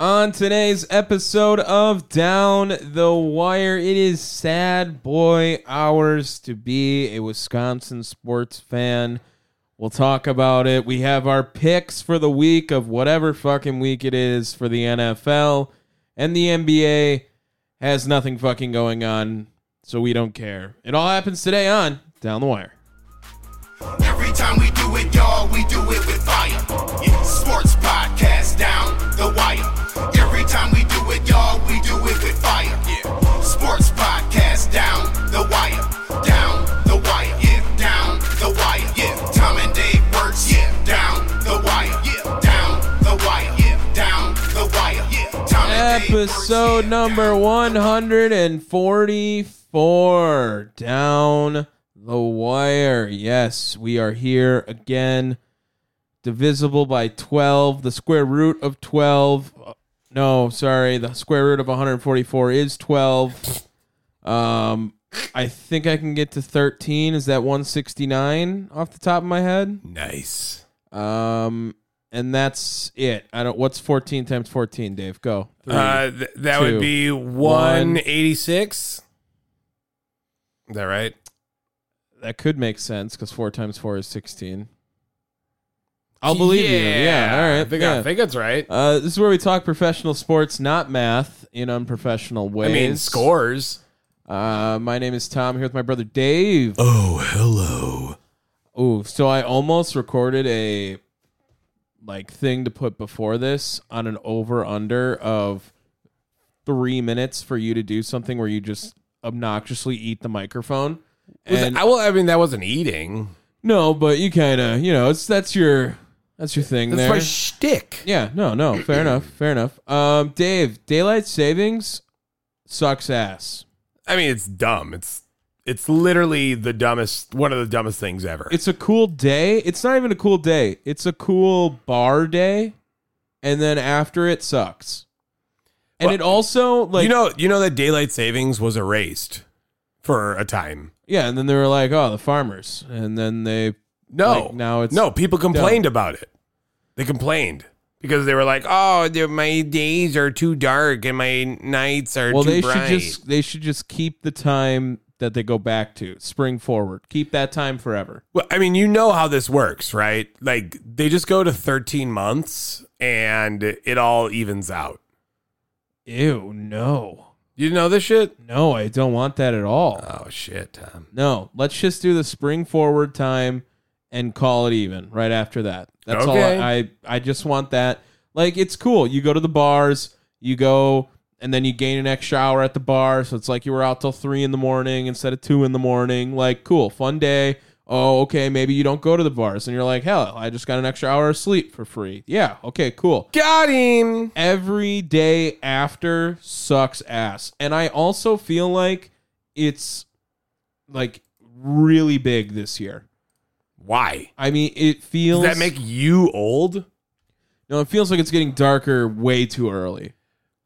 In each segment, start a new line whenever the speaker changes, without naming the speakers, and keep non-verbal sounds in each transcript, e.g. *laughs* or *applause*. On today's episode of Down the Wire, it is sad boy hours to be a Wisconsin sports fan. We'll talk about it. We have our picks for the week of whatever fucking week it is for the NFL and the NBA has nothing fucking going on, so we don't care. It all happens today on Down the Wire.
Every time we do it, y'all, we do it with fire. Yeah, Sports podcast down the wire. Every time we do it, y'all, we do it with fire. Yeah. Sports podcast down the wire. Down the wire. Yeah, down the wire. Yeah, Tom and Dave works. Yeah, down the wire. Yeah, down the wire. Yeah, down the wire. Yeah, Tom and Dave works,
Episode
yeah,
number
down.
144 down the wire. Yes, we are here again. Divisible by 12. The square root of 12. uh, No, sorry. The square root of 144 is 12. Um I think I can get to 13. Is that 169 off the top of my head?
Nice.
Um and that's it. I don't what's 14 times 14, Dave? Go. Three.
Uh, th- that
two,
would be
one.
186. Is that right?
that could make sense because four times four is sixteen. I'll believe you. Yeah, all right.
I think,
yeah.
I think that's right.
uh, this is where we talk professional sports, not math, in unprofessional
I
ways.
mean, scores.
Uh, my name is Tom. Here with my brother Dave.
Oh, hello.
Ooh, so I almost recorded a like thing to put before this on an over under of three minutes for you to do something where you just obnoxiously eat the microphone.
Was
And-
I, well, I mean, that wasn't eating.
No, but you kind of, you know, it's that's your that's your thing
That's
there.
my shtick.
yeah, no, no,
*clears throat*
fair enough, fair enough. Um, Dave, daylight savings sucks ass.
I mean, it's dumb. It's it's literally the dumbest, one of the dumbest things ever.
It's a cool day. It's not even a cool day. It's a cool bar day, and then after it sucks. And
Well,
it also like
you know, you know that daylight savings was erased for a time.
yeah, and then they were like, oh, the farmers, and then they
No,
Like, now it's
no. People complained about it. They complained because they were like, "Oh, they're- my days are too dark and my nights are
well
too
they
bright."
should just they should just keep the time that they go back to spring forward. Keep that time forever.
Well, I mean, you know how this works, right? Like they just go to 13 months and it all evens out.
Ew, no.
You know this shit?
No, I don't want that at all.
Uh,
Oh shit, Tom.
No, let's just do the spring forward time and call it even right after that. That's
Okay.
all I, I I just want that. Like it's cool. You go to the bars, you go and then you gain an extra hour at the bar, so it's like you were out till three in the morning instead of two in the morning. Like, cool, fun day. Oh, okay, maybe you don't go to the bars and you're like, hell, I just got an extra hour of sleep for free. Yeah, okay, cool
Got him.
every day after sucks ass. And I also feel like it's like really big this year.
Why?
I mean, it feels
Does that make you old?
No, it feels like it's getting darker way too early.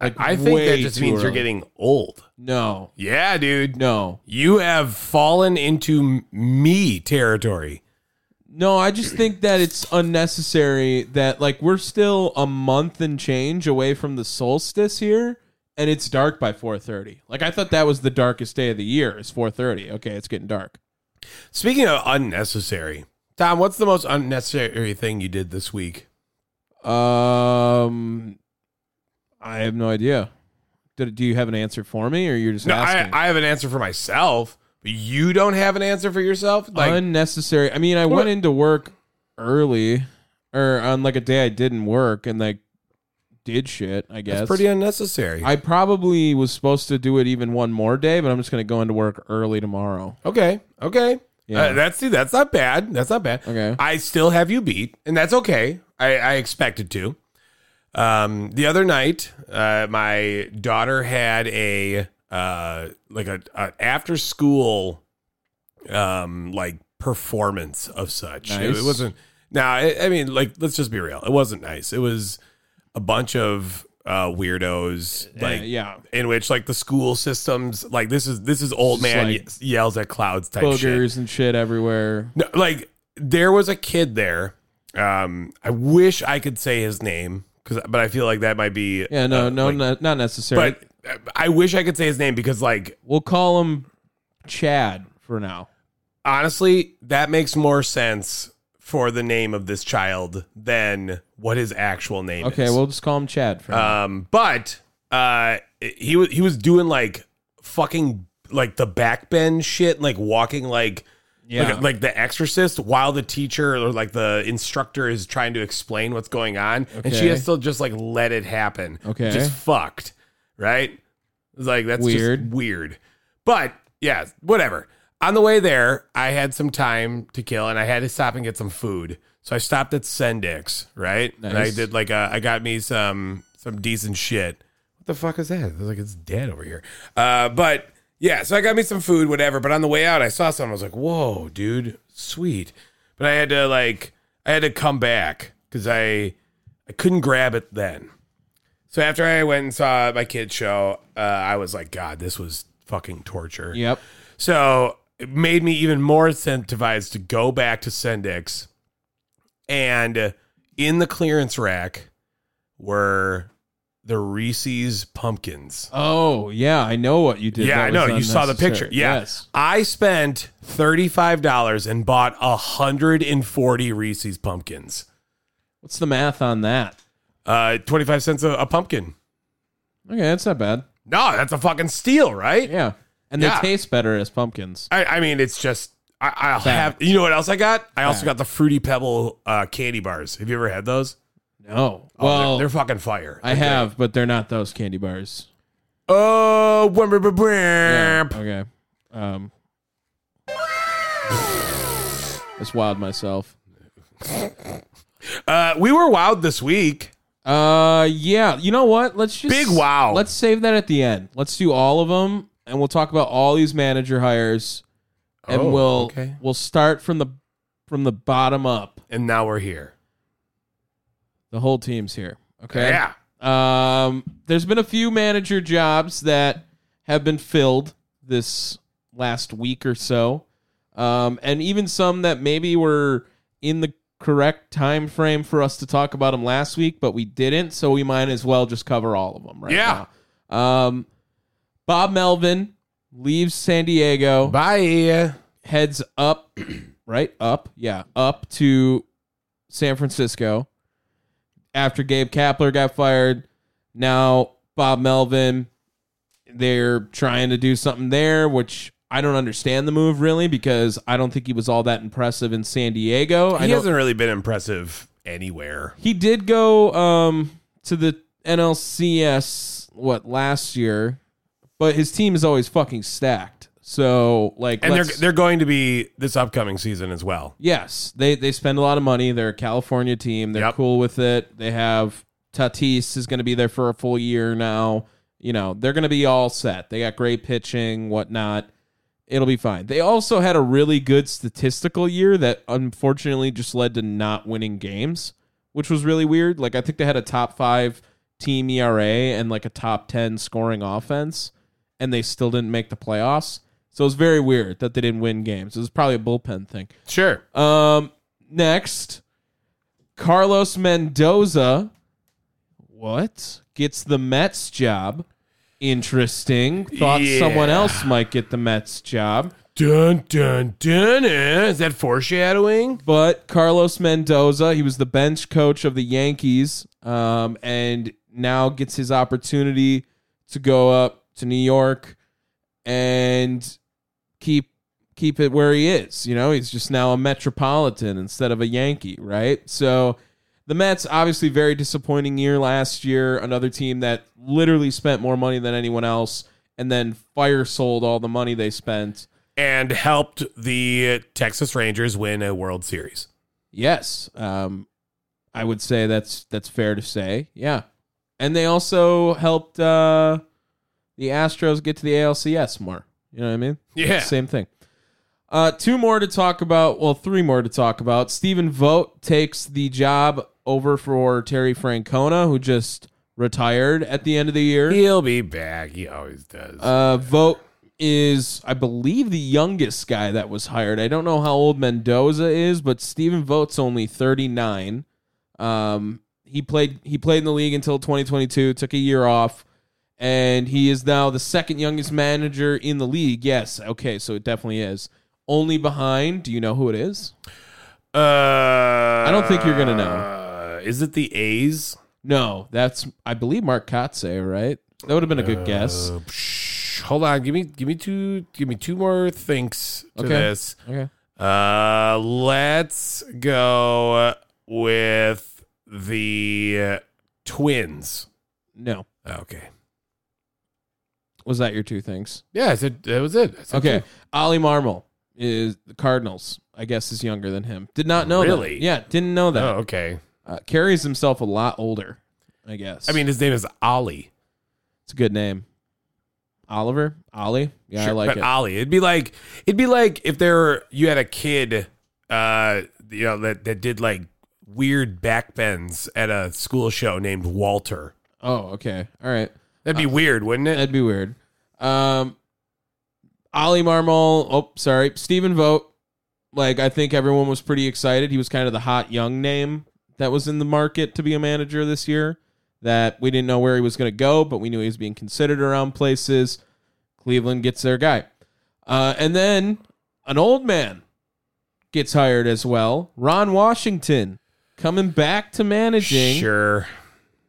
Like
I think that
way
just
too
means you're
early.
getting old.
no,
Yeah, dude.
no,
You have fallen into m- me territory.
no. I just think that it's unnecessary that like we're still a month and change away from the solstice here, and it's dark by four thirty. Like I thought that was the darkest day of the year. It's four thirty. Okay, it's getting dark.
Speaking of unnecessary, Tom, what's the most unnecessary thing you did this week?
Um, I have no idea. Do, do you have an answer for me, or you're just
No, I,
asking?
I have an answer for myself. But you don't have an answer for yourself? Like,
unnecessary. I mean, I
What?
went into work early, or on like a day I didn't work, and like did shit. I guess
that's pretty unnecessary.
I probably was supposed to do it even one more day, but I'm just gonna go into work early tomorrow.
okay. Okay.
Yeah.
Uh, that's dude, that's not bad. That's not bad.
Okay.
I still have you beat, and that's okay. I, I expected to. Um, the other night, uh, my daughter had a uh, like a, a after school, um, like performance of such. It,
Nice.
it wasn't. Now, I, I mean, like, let's just be real. It wasn't nice. It was a bunch of uh, weirdos, like,
Uh, yeah,
in which like the school systems, like this is this is old
Just
man
like
ye- yells at clouds type shit.
boogers and shit everywhere.
No, like there was a kid there. Um, I wish I could say his name because, but I feel like that might be.
Yeah, no,
uh,
no,
like-
no, not necessary.
But uh, I wish I could say his name because, like,
we'll call him Chad for now.
honestly, that makes more sense for the name of this child than what his actual name
Okay,
is.
we'll just call him Chad for now.
Um, but uh, he was he was doing like fucking like the backbend shit, like walking like.
Yeah.
Like, like the exorcist while the teacher or like the instructor is trying to explain what's going on and she
Okay.
has to just like let it happen
Okay.
just fucked right it's like that's
Weird.
weird just weird but yeah whatever on the way there i had some time to kill and i had to stop and get some food so i stopped at sendix right and i
Nice.
did like uh, I got me some some decent shit. What the fuck is that? I was like, it's dead over here. Uh, but yeah, so I got me some food, whatever. But on the way out, I saw something. I was like, whoa, dude, sweet. But I had to like, I had to come back because I I couldn't grab it then. So after I went and saw my kid's show, uh, I was like, God, this was fucking torture.
Yep.
So it made me even more incentivized to go back to Sendix. And in the clearance rack were the Reese's pumpkins.
Oh yeah, I know what you did.
yeah,
That
I
was
know. You saw the picture.
unnecessary.
Yeah.
Yes.
I spent $35 and bought 140 Reese's pumpkins.
What's the math on that?
Uh, 25 cents a, a pumpkin.
Okay, that's not bad.
No, that's a fucking steal, right?
Yeah, and
Yeah.
they taste better as pumpkins.
I, I mean, it's just I, I'll
Fact.
have. You know what else I got? I also got the fruity pebble uh, candy bars. Have you ever had those?
No,
Oh, they're-
well,
they're, fucking fire.
I have, but they're not those candy bars.
Oh, wham, bam, bam,
Yeah,
bam.
okay, um, it's wild myself.
uh, we were wild this week.
Uh, yeah. You know what? Let's just
Big wow.
Let's save that at the end. Let's do all of them, and we'll talk about all these manager hires, and
Oh,
we'll
okay.
we'll start from the from the bottom up.
and now we're here.
The whole team's here. Okay.
Yeah,
Um, there's been a few manager jobs that have been filled this last week or so, um, and even some that maybe were in the correct time frame for us to talk about them last week, but we didn't. So we might as well just cover all of them right
Yeah.
now. Um, Bob Melvin leaves San Diego,
bye.
heads up, *clears throat* right up, yeah, up to San Francisco after Gabe Kapler got fired. Now Bob Melvin, they're trying to do something there, which I don't understand the move really because I don't think he was all that impressive in San Diego. I
He
know-
hasn't really been impressive anywhere.
he did go um, to the NLCS what last year, but his team is always fucking stacked. So like,
And they're
let's-
they're going to be this upcoming season as well.
Yes, they they spend a lot of money. They're a California team. They're
Yep.
cool with it. They have Tatis is going to be there for a full year now. You know they're going to be all set. They got great pitching, whatnot. It'll be fine. They also had a really good statistical year that unfortunately just led to not winning games, which was really weird. Like I think they had a top five team ERA and like a top ten scoring offense, and they still didn't make the playoffs. So it was very weird that they didn't win games. It was probably a bullpen thing.
Sure.
Um, next, Carlos Mendoza. What gets the Mets job? Interesting. Thought
Yeah.
someone else might get the Mets job,
Dun dun dun. eh? Is that foreshadowing?
but Carlos Mendoza, he was the bench coach of the Yankees, um, and now gets his opportunity to go up to New York and keep keep it where he is. You know, he's just now a Metropolitan instead of a Yankee, right? So the Mets, obviously, very disappointing year last year. Another team that literally spent more money than anyone else, and then fire sold all the money they spent.
And helped the Texas Rangers win a World Series.
Yes, um, I would say that's that's fair to say. Yeah, and they also helped uh, the Astros get to the ALCS more. You know what I mean?
Yeah.
same thing. Uh, two more to talk about. Well, three more to talk about. Stephen Vogt takes the job over for Terry Francona, who just retired at the end of the year.
He'll be back. He always does.
Uh, Vogt is, I believe, the youngest guy that was hired. I don't know how old Mendoza is, but Stephen Vogt's only 39. Um, he played he played in the league until 2022, took a year off, and he is now the second youngest manager in the league. Yes, okay, so it definitely is. Only behind, do you know who it is?
Uh, I
don't think you're gonna know.
Uh, Is it the A's?
No, that's I believe Mark Kotze, right? That would have been a good guess.
Uh, psh, hold on. Give me give me two give me two more thinks to
Okay.
this.
Okay.
Uh, let's go with the Twins.
No.
Okay.
Was that your two things?
Yeah, I said that was it. I said
Okay.
two.
Ollie Marmol is the Cardinals, I guess, is younger than him. Did not know
Really?
that. Yeah, didn't know that.
Oh, okay.
Uh, carries himself a lot older, I guess.
I mean, his name is Ollie.
it's a good name. Oliver? Ollie? Yeah, I
Sure,
like
but
it.
Ollie, it'd be like it'd be like if there you had a kid, uh, you know that that did like weird backbends at a school show named Walter.
oh, okay. All right.
That'd
Uh,
be weird, wouldn't it?
That'd be weird. Um, Ollie Marmol. Oh, sorry. Stephen Vogt. Like, I think everyone was pretty excited. He was kind of the hot young name that was in the market to be a manager this year. That we didn't know where he was going to go, but we knew he was being considered around places. Cleveland gets their guy. Uh, and then an old man gets hired as well. Ron Washington coming back to managing
Sure.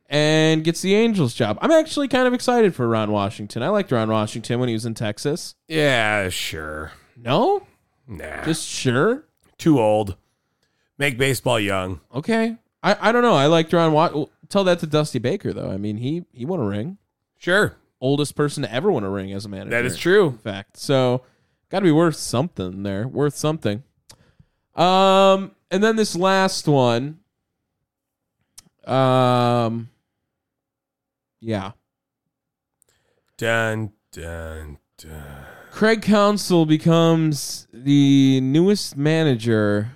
and gets the Angels job. I'm actually kind of excited for Ron Washington. I liked Ron Washington when he was in Texas.
Yeah, sure.
No?
Nah.
Just sure?
too old. Make baseball young.
Okay. I, I don't know. I liked Ron Wa- Tell that to Dusty Baker, though. I mean, he, he won a ring.
Sure.
Oldest person to ever win a ring as a manager.
That is true.
In fact. So, got to be worth something there. Worth something. Um, and then this last one. Um, yeah.
Dun dun dun.
Craig Council becomes the newest manager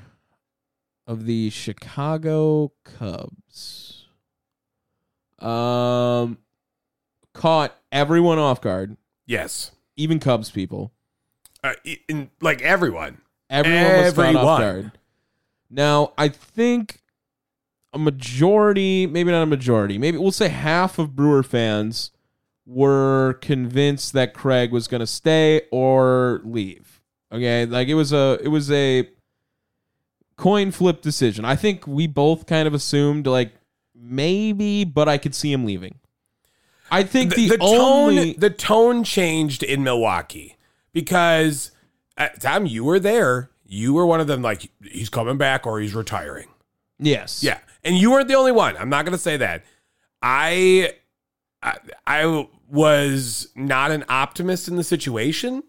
of the Chicago Cubs. Um, caught everyone off guard,
Yes.
even Cubs people.
Uh, i- in, like everyone.
Everyone was caught
Everyone.
off guard. Now, I think a majority, maybe not a majority, maybe we'll say half of Brewer fans were convinced that Craig was going to stay or leave. Okay, like it was a it was a coin flip decision. I think we both kind of assumed like maybe, but I could see him leaving. I think the,
the, the
only
tone the tone changed in Milwaukee because at the time you were there, you were one of them like he's coming back or he's retiring.
yes,
Yeah, and you weren't the only one. I'm not going to say that. I, I I was not an optimist in the situation.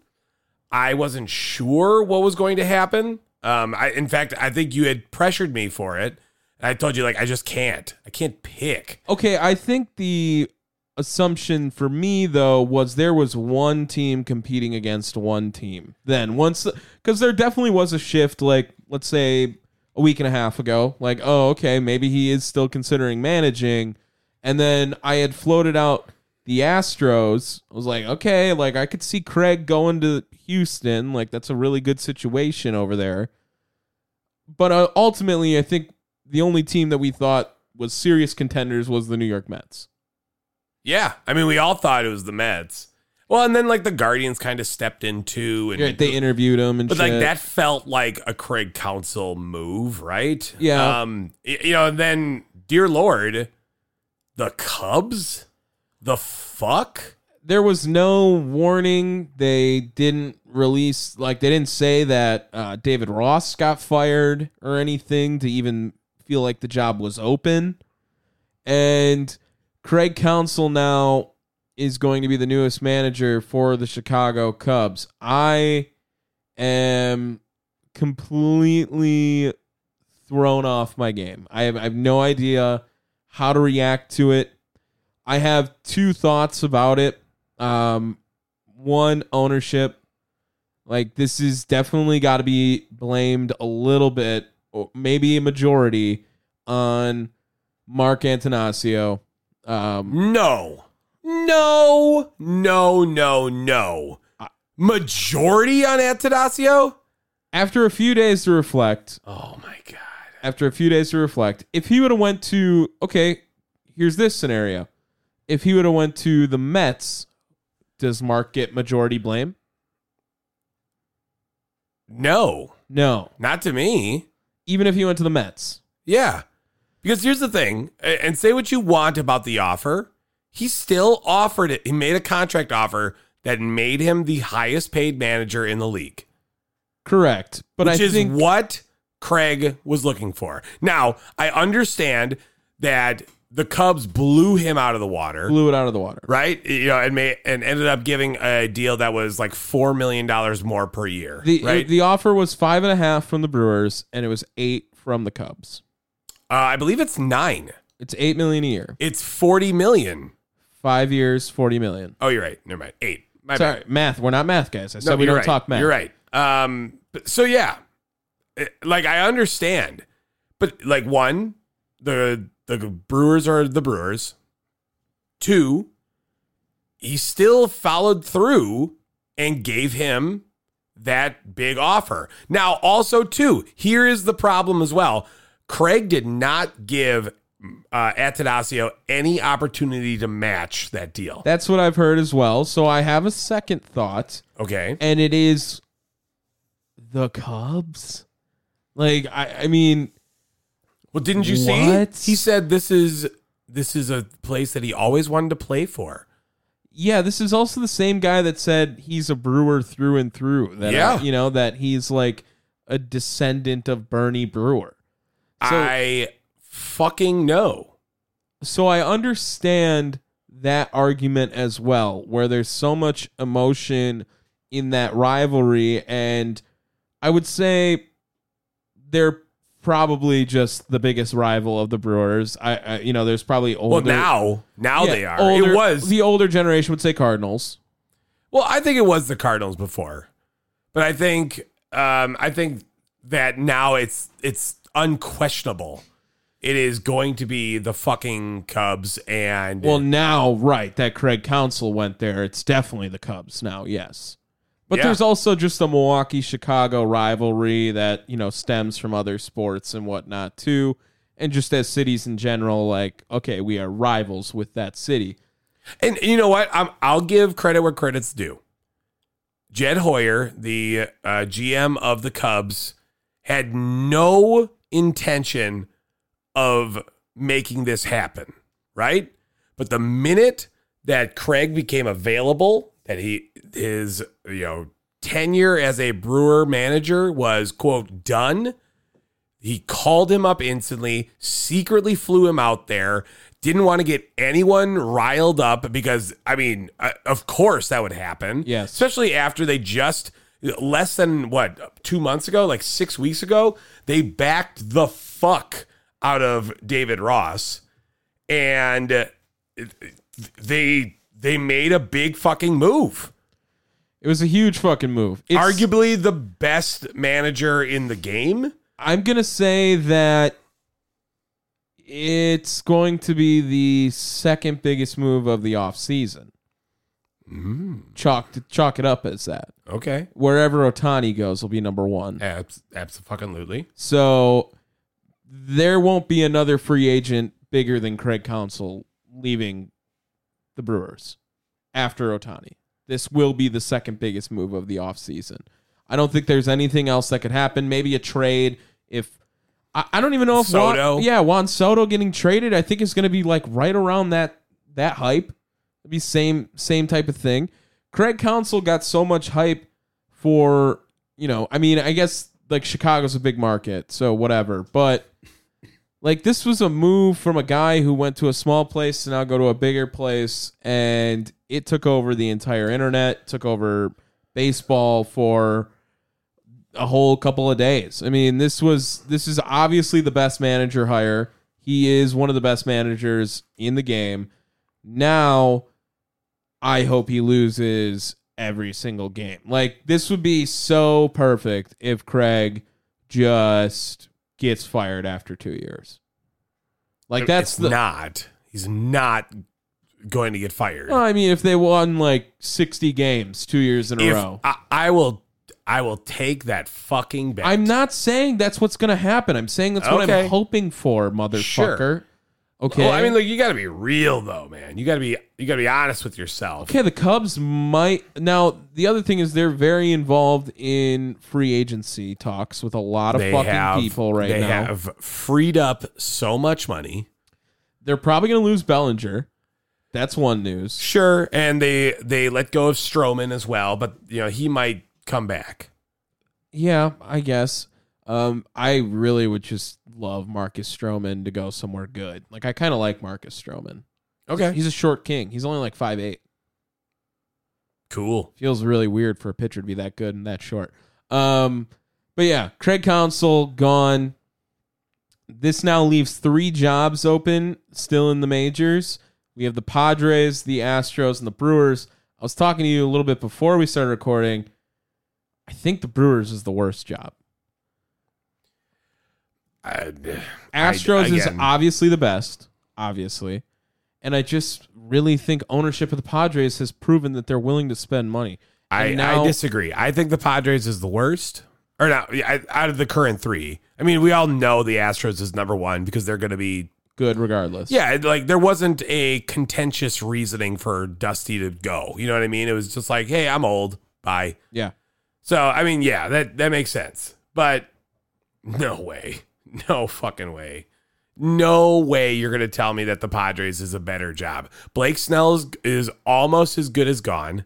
I wasn't sure what was going to happen. Um, I, in fact, I think you had pressured me for it. I told you like I just can't. I can't pick.
Okay, I think the assumption for me though was there was one team competing against one team. Then once because there definitely was a shift like let's say a week and a half ago. Like, oh, okay, maybe he is still considering managing. And then I had floated out the Astros. I was like, okay, like I could see Craig going to Houston. Like that's a really good situation over there. But uh, ultimately, I think the only team that we thought was serious contenders was the New York Mets.
Yeah, I mean, we all thought it was the Mets. Well, and then like the Guardians kind of stepped in too, and
They interviewed him and
But
shit.
like that felt like a Craig Council move, right?
Yeah.
Um, y- you know, and then dear Lord, the Cubs, the fuck.
there was no warning. They didn't release, like, they didn't say that uh, David Ross got fired or anything to even feel like the job was open. And Craig Council now is going to be the newest manager for the Chicago Cubs. I am completely thrown off my game. I have, I have no idea how to react to it. I have two thoughts about it. Um, one, ownership. Like this is definitely got to be blamed a little bit, or maybe a majority, on Mark Antanasio. Um,
No, no, no, no, no. Majority on Atadasio.
after a few days to reflect,
Oh my god.
after a few days to reflect, if he would have went to okay, here's this scenario. If he would have went to the Mets, does Mark get majority blame?
No,
No.
not to me.
Even if he went to the Mets.
Yeah. Because here's the thing, a- and say what you want about the offer, he still offered it. He made a contract offer that made him the highest paid manager in the league,
Correct. But
which
I
is
think
what Craig was looking for. Now, I understand that the Cubs blew him out of the water,
blew it out of the water.
right? You know, and may, and ended up giving a deal that was like 4 million dollars more per year,
The
right?
the offer was five and a half from the Brewers, and it was eight from the Cubs.
uh, I believe it's 9.
It's eight million a year,
It's 40 million.
five years, forty million.
Oh, you're right. Never mind. 8. My bad.
Sorry, math. We're not math guys. I said we
you're
don't
right.
talk math.
You're right. Um, but- so yeah, It- like I understand, but like one, the the Brewers are the Brewers. Two, he still followed through and gave him that big offer. Now, also too, here is the problem as well. Craig did not give uh, Atadasio any opportunity to match that deal.
That's what I've heard as well. So I have a second thought,
Okay.
and it is the Cubs. Like I, I mean,
Well, didn't you
What?
see? He said this is this is a place that he always wanted to play for.
yeah, this is also the same guy that said he's a brewer through and through. That
Yeah.
you know that he's like a descendant of Bernie Brewer. So-
I fucking know.
so I understand that argument as well, where there's so much emotion in that rivalry, and I would say they're probably just the biggest rival of the Brewers. I, I you know, there's probably older.
Well, now now
Yeah,
they are.
older-
it was
the older generation would say Cardinals.
well. I think it was the Cardinals before, but I think um, I think that now it's it's unquestionable. It is going to be the fucking Cubs and
Well, now right that Craig Council went there, it's definitely the Cubs now. Yes. But
Yeah.
there's also just the Milwaukee Chicago rivalry that, you know, stems from other sports and whatnot too. And just as cities in general, like, okay, we are rivals with that city.
And you know what? I'm, I'll give credit where credit's due. Jed Hoyer, the uh, GM of the Cubs, had no intention of making this happen, right? But the minute that Craig became available, that he his you know tenure as a Brewer manager was quote done, he called him up instantly, secretly flew him out there, didn't want to get anyone riled up because, I mean, uh, of course that would happen.
Yes.
Especially after they just, less than what, two months ago, like six weeks ago, they backed the fuck out of David Ross. And uh, they they made a big fucking move.
It was a huge fucking move. It's,
Arguably the best manager in the game.
I'm gonna say that it's going to be the second biggest move of the off season. Chalk chalk it up as that.
Okay.
Wherever Otani goes will be number one.
Abs, absolutely.
So there won't be another free agent bigger than Craig Council leaving the Brewers after Otani. This will be the second biggest move of the offseason. I don't think there's anything else that could happen. Maybe a trade if I, I don't even know if
Soto.
Juan, yeah, Juan Soto getting traded, I think is gonna be like right around that that hype. It'd be same same type of thing. Craig Council got so much hype for you know, I mean, I guess like Chicago's a big market, so whatever. But like this was a move from a guy who went to a small place to now go to a bigger place, and it took over the entire internet, took over baseball for a whole couple of days. I mean, this was this is obviously the best manager hire. He is one of the best managers in the game. Now, I hope he loses every single game. Like this would be so perfect if Craig just gets fired after 2 years. Like that's
It's
the
not. He's not going to get fired.
Well, I mean if they won like 60 games 2 years in a
If-
row.
I, I will. I will take that fucking bet.
I'm not saying that's what's going to happen. I'm saying that's what
Okay.
I'm hoping for, motherfucker.
Sure.
Okay.
Well, Oh, I mean, look, you got to be real though, man. You got to be. You got to be honest with yourself.
Okay, the Cubs might now. The other thing is they're very involved in free agency talks with a lot of fucking people right
they
now.
have freed up so much money.
They're probably going to lose Bellinger. That's one news.
Sure, and they they let go of Stroman as well, but you know he might come back.
Yeah, I guess. Um, I really would just love Marcus Stroman to go somewhere good. Like I kind of like Marcus Stroman.
Okay,
He's a short king. He's only like five eight.
cool.
feels really weird for a pitcher to be that good and that short. Um, but yeah, Craig Council gone. This now leaves three jobs open still in the majors. We have the Padres, the Astros, and the Brewers. I was talking to you a little bit before we started recording. I think the Brewers is the worst job.
I-
Astros is
again-
obviously the best, obviously. And I just really think ownership of the Padres has proven that they're willing to spend money.
I,
And now-
I disagree. I think the Padres is the worst, or not yeah, I- out of the current three. I mean, we all know the Astros is number one because they're going to be.
Good regardless.
Yeah, it- like there wasn't a contentious reasoning for Dusty to go. You know what I mean? It was just like, hey, I'm old. Bye.
Yeah.
So I mean, yeah, that that makes sense. But no way, *laughs* no fucking way, no way you're gonna tell me that the Padres is a better job. Blake Snell is, is almost as good as gone.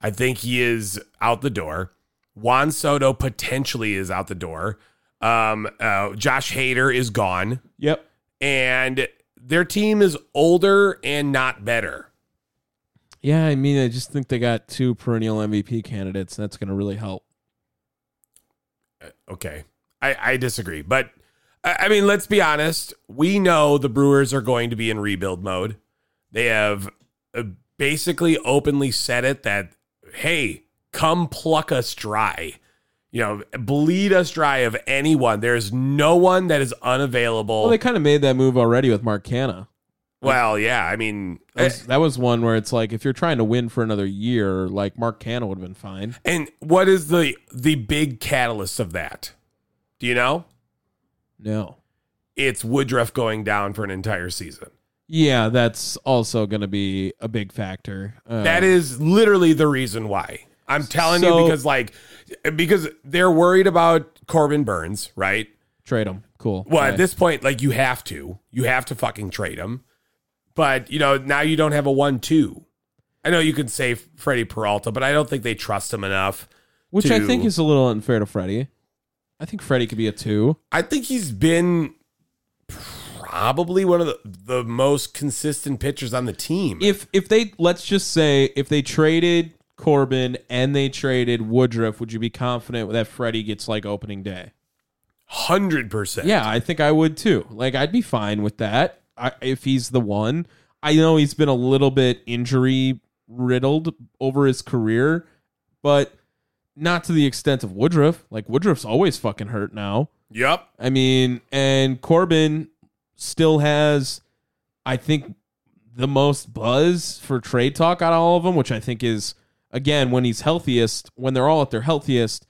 I think he is out the door. Juan Soto potentially is out the door. Um, uh, Josh Hader is gone,
Yep.
and their team is older and not better.
Yeah, I mean, I just think they got two perennial MVP candidates, and that's going to really help.
okay. I, I disagree. But I, I mean, let's be honest. We know the Brewers are going to be in rebuild mode. They have uh, basically openly said it that, hey, come pluck us dry. You know, bleed us dry of anyone. There's no one that is unavailable.
Well,
Well,
they kind of made that move already with Mark Canna.
yeah. I mean, eh,
That was, that was one where it's like if you're trying to win for another year, like Mark Canna would have been fine.
and what is the the big catalyst of that? Do you know?
No.
It's Woodruff going down for an entire season.
Yeah, that's also going to be a big factor. Uh,
That is literally the reason why. I'm telling you
So-
because like because they're worried about Corbin Burns, right?
trade him. Cool.
Well,
Okay.
at this point, like you have to, you have to fucking trade him. But you know now you don't have a one-two. I know you can say Freddie Peralta, but I don't think they trust him enough.
which I
to-
think is a little unfair to Freddie. I think Freddie could be a two.
I think he's been probably one of the, the most consistent pitchers on the team.
if if they let's just say if they traded Corbin and they traded Woodruff, would you be confident that Freddie gets like opening day?
Hundred percent.
Yeah, I think I would too. Like I'd be fine with that I, if he's the one. I know he's been a little bit injury riddled over his career, but not to the extent of Woodruff. Like Woodruff's always fucking hurt now.
Yep.
I mean, and Corbin still has, I think, the most buzz for trade talk out of all of them, which I think is, again, when he's healthiest, when they're all at their healthiest.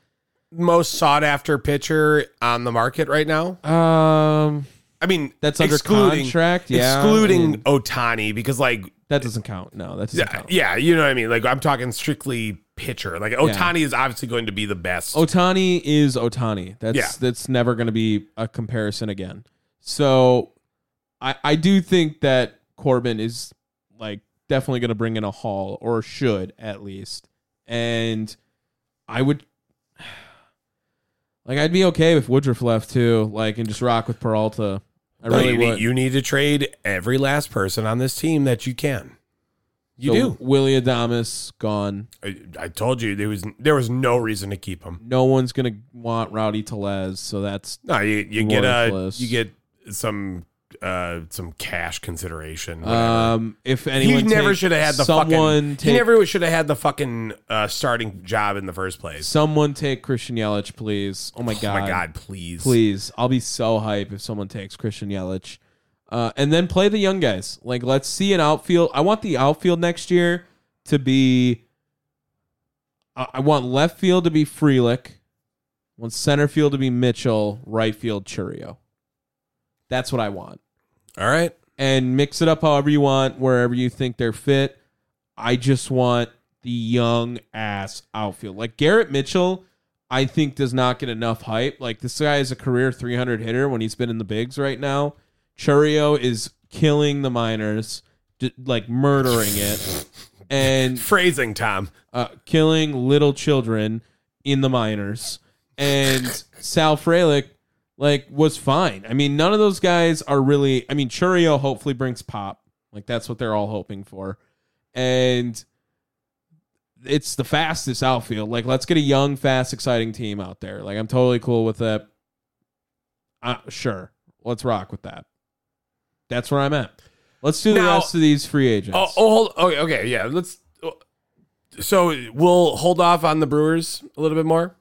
Most sought after pitcher on the market right now.
Um,
I mean,
That's under
excluding,
contract, yeah,
excluding
I mean-
Otani because like
that doesn't count. No, that doesn't count.
yeah, you know what I mean. Like I'm talking strictly pitcher. Like Otani is obviously going to be the best.
Otani is Otani. That's
Yeah.
that's never going to be a comparison again. So, I I do think that Corbin is like definitely going to bring in a haul or should at least, and I would. *sighs* Like I'd be okay if Woodruff left too, like and just rock with Peralta. I
No,
really
you,
would.
need, you need to trade every last person on this team that you can. You
So, Willie Adamas gone.
do. I, I told you there was there was no reason to keep him.
No one's gonna want Rowdy Telez, so that's
No, you, you get a
Worthless.
you get some uh some cash consideration. whatever.
um. If
he
anyone,
never
takes-
should have had the
someone
fucking.
take
he never should have had the fucking uh, starting job in the first place.
Someone take Christian Yelich, please. Oh my god.
Oh my god, please,
Please. I'll be so hype if someone takes Christian Yelich. Uh, and then play the young guys. Like, let's see an outfield. I want the outfield next year to be. uh, I I want left field to be Freelick. I want center field to be Mitchell. Right field, Churio. That's what I want
All right.
and mix it up however you want, wherever you think they're fit. I just want the young ass outfield. Like Garrett Mitchell, I think does not get enough hype. Like this guy is a career 300 hitter when he's been in the bigs right now. Churio is killing the minors, d- like murdering it, and
Phrasing, Tom.
uh, killing little children in the minors. And Sal Frelick, like, was fine. I mean, none of those guys are really. I mean, Churio hopefully brings pop. Like, that's what they're all hoping for. And it's the fastest outfield. Like, let's get a young, fast, exciting team out there. Like, I'm totally cool with that. Uh, sure. Let's rock with that. That's where I'm at. Let's do the
Now-
rest of these free agents.
Oh, oh hold, okay, okay, yeah. Let's. So we'll hold off on the Brewers a little bit more.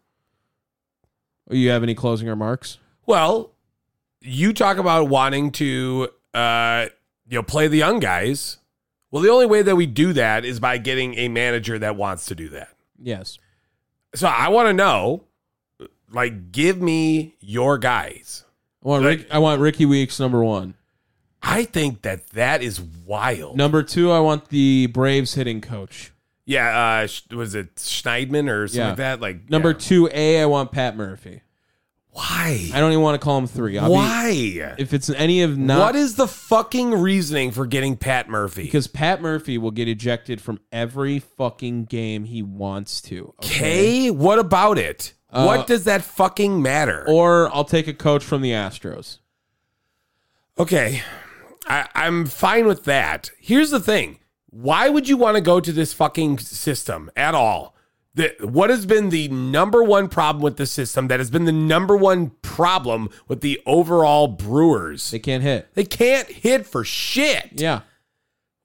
You have any closing remarks?
Well, you talk about wanting to, uh, you know, play the young guys. Well, the only way that we do that is by getting a manager that wants to do that.
Yes.
So I want to know, like, give me your guys.
I want,
Like-
Rick, I want Ricky Weeks number one.
I think that that is wild.
Number two, I want the Braves hitting coach.
Yeah, uh, Sh- was it Schneidman or something
Yeah.
like that? Like
Number
yeah.
two, A, I want Pat Murphy. I
Why?
don't even want to call him three. I'll be-
Why?
if it's any of not,
what is the fucking reasoning for getting Pat Murphy?
because Pat Murphy will get ejected from every fucking game he wants to. okay?
okay, what about it?
Uh,
what does that fucking matter?
Or I'll take a coach from the Astros.
okay, I, I'm fine with that. Here's the thing: why would you want to go to this fucking system at all? The, what has been the number one problem with the system? That has been the number one problem with the overall Brewers.
They can't hit.
They can't hit for shit.
Yeah.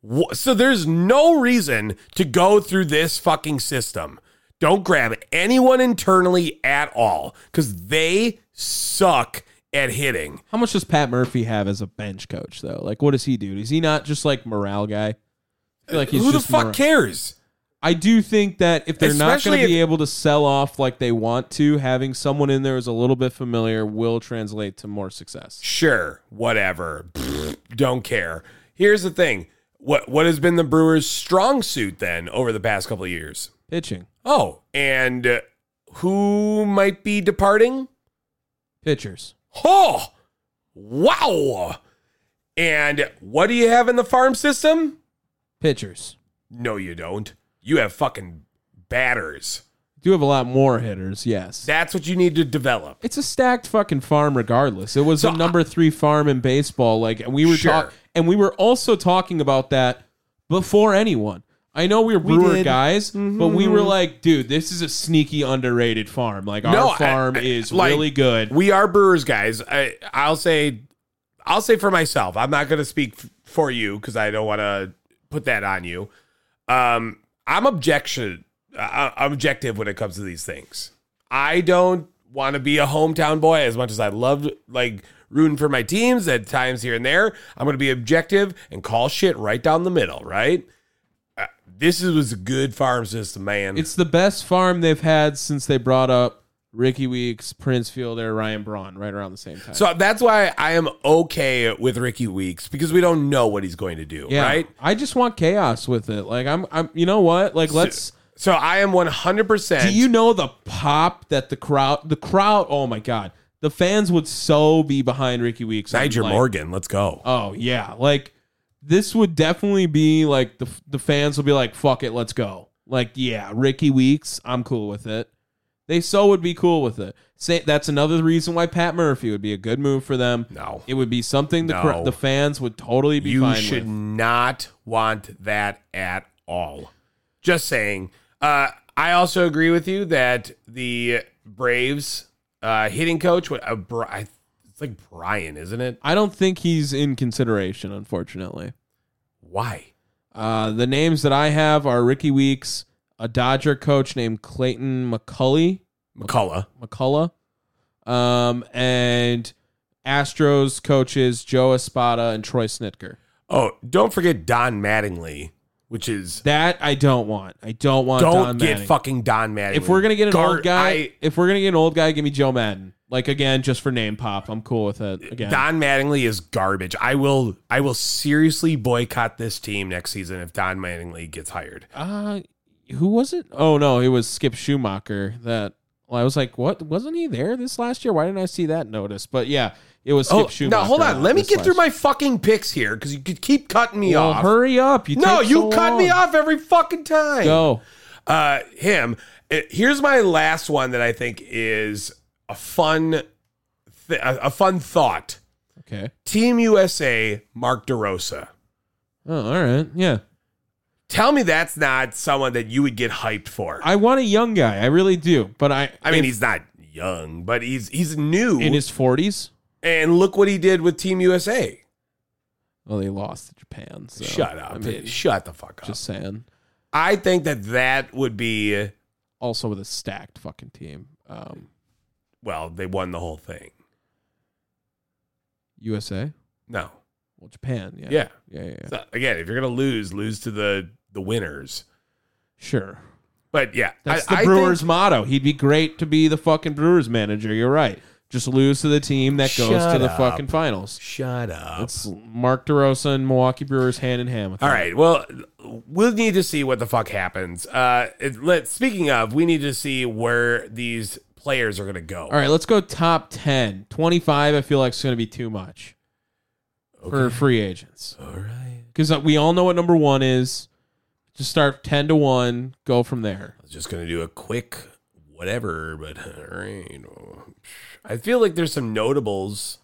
Wh- So there's no reason to go through this fucking system. Don't grab anyone internally at all because they suck at hitting.
How much does Pat Murphy have as a bench coach though? Like, what does he do? Is he not just like morale guy? I feel like he's
Who the
just
fuck
mora-
cares?
I do think that if they're not
Especially
going to be
if-
able to sell off like they want to, having someone in there who's a little bit familiar will translate to more success.
Sure, whatever. Pfft, Don't care. Here's the thing. What what has been the Brewers' strong suit then over the past couple of years?
Pitching,
Oh, and uh, who might be departing?
pitchers,
Oh, wow. And what do you have in the farm system?
pitchers.
No, you don't. You have fucking batters.
Do have a lot more hitters, yes.
That's what you need to develop.
It's a stacked fucking farm, regardless. It was
So
a number three farm in baseball. Like, and we were
Sure.
talking, and we were also talking about that before anyone. I know we were
We
Brewer
did. Mm-hmm.
guys, but we were like, dude, this is a sneaky underrated farm. Like, our
No, I-
farm
I-
is
like,
really good.
We are brewers, guys. I, I'll say, I'll say for myself. I'm not going to speak f- for you because I don't want to put that on you. Um, uh, I'm objection. I, I'm objective when it comes to these things. I don't want to be a hometown boy as much as I loved like rooting for my teams at times here and there. I'm going to be objective and call shit right down the middle, right? Uh, this is, was a good farm system, man.
Mm-hmm. It's the best farm they've had since they brought up Ricky Weeks, Prince Fielder, Ryan Braun, right around the same time.
so that's why I am okay with Ricky Weeks because we don't know what he's going to do,
yeah,
right?
I just want chaos with it. Like I'm, I'm. You know what? Like let's.
So I am 100%.
Do you know the pop that the crowd, the crowd? Oh my god, the fans would so be behind Ricky Weeks. and,
Niger
like,
Morgan, let's go.
Oh yeah, like this would definitely be like the the fans will be like, "Fuck it, let's go." Like yeah, Ricky Weeks, I'm cool with it. They so would be cool with it. Say that's another reason why Pat Murphy would be a good move for them.
No.
it would be something the cra-
No.
the fans would totally be
you
fine
should
with.
not want that at all. Just saying. Uh, I also agree with you that the Braves uh, hitting coach, would, uh, Bri- I- it's like Brian, isn't it?
I don't think he's in consideration, unfortunately.
Why?
Uh, the names that I have are Ricky Weeks, a Dodger coach named Clayton McCully,
McCullough.
McCullough. Um, and Astros coaches Joe Espada and Troy Snitker.
Oh, don't forget Don Mattingly, which is
That I don't want. I don't want.
don't
Don
get
Mattingly.
fucking Don Mattingly.
If we're gonna get an
Gar-
old guy,
I-
if we're gonna get an old guy, give me Joe Madden. Like again, just for name pop, I'm cool with it. Again,
Don Mattingly is garbage. I will I will seriously boycott this team next season if Don Mattingly gets hired.
uh, who was it? Oh no, it was Skip Schumacher. That well, I was like, what? Wasn't he there this last year? Why didn't I see that notice? But yeah, it was Skip Schumacher.
Oh, Now hold on, let me
this
get through
last-
my fucking picks here because you could keep cutting me
Well,
off.
hurry up! You
no,
take
you
so
cut me
long.
off every fucking time.
Go.
Uh, him. Uh, Here's my last one that I think is a fun, th- a a fun thought.
Okay.
Team USA, Mark DeRosa.
Oh, all right. Yeah.
Tell me that's not someone that you would get hyped for. I,
I want a young guy. I really do. But I.
mean,
if-
he's not young, but he's he's new.
in his forties.
and look what he did with Team USA.
Well, they lost to Japan. So,
Shut up!
I mean,
Shut the fuck up!
just saying.
I think that that would be
Also with a stacked fucking team. Um,
well. They won the whole thing.
USA.
No.
Well, Japan. Yeah.
Yeah.
Yeah. yeah, yeah.
So, again, if you're gonna lose, lose to the the winners.
Sure.
But yeah,
That's
I-
the
I
Brewers'
think-
motto. He'd be great to be the fucking Brewers manager. You're right. Just lose to the team that goes
Shut
to the
up.
fucking finals.
Shut up.
It's Mark DeRosa and Milwaukee Brewers hand in hand. With
All
that.
right. Well, we'll need to see what the fuck happens. Uh, it, let speaking of, we need to see where these players are gonna go.
All right, let's go top 10. 25, I feel like it's going to be too much for free agents.
All right.
Because we all know what number one is. Just start 10 to 1, go from there.
I was just gonna do a quick whatever, but all right. I feel like there's some notables.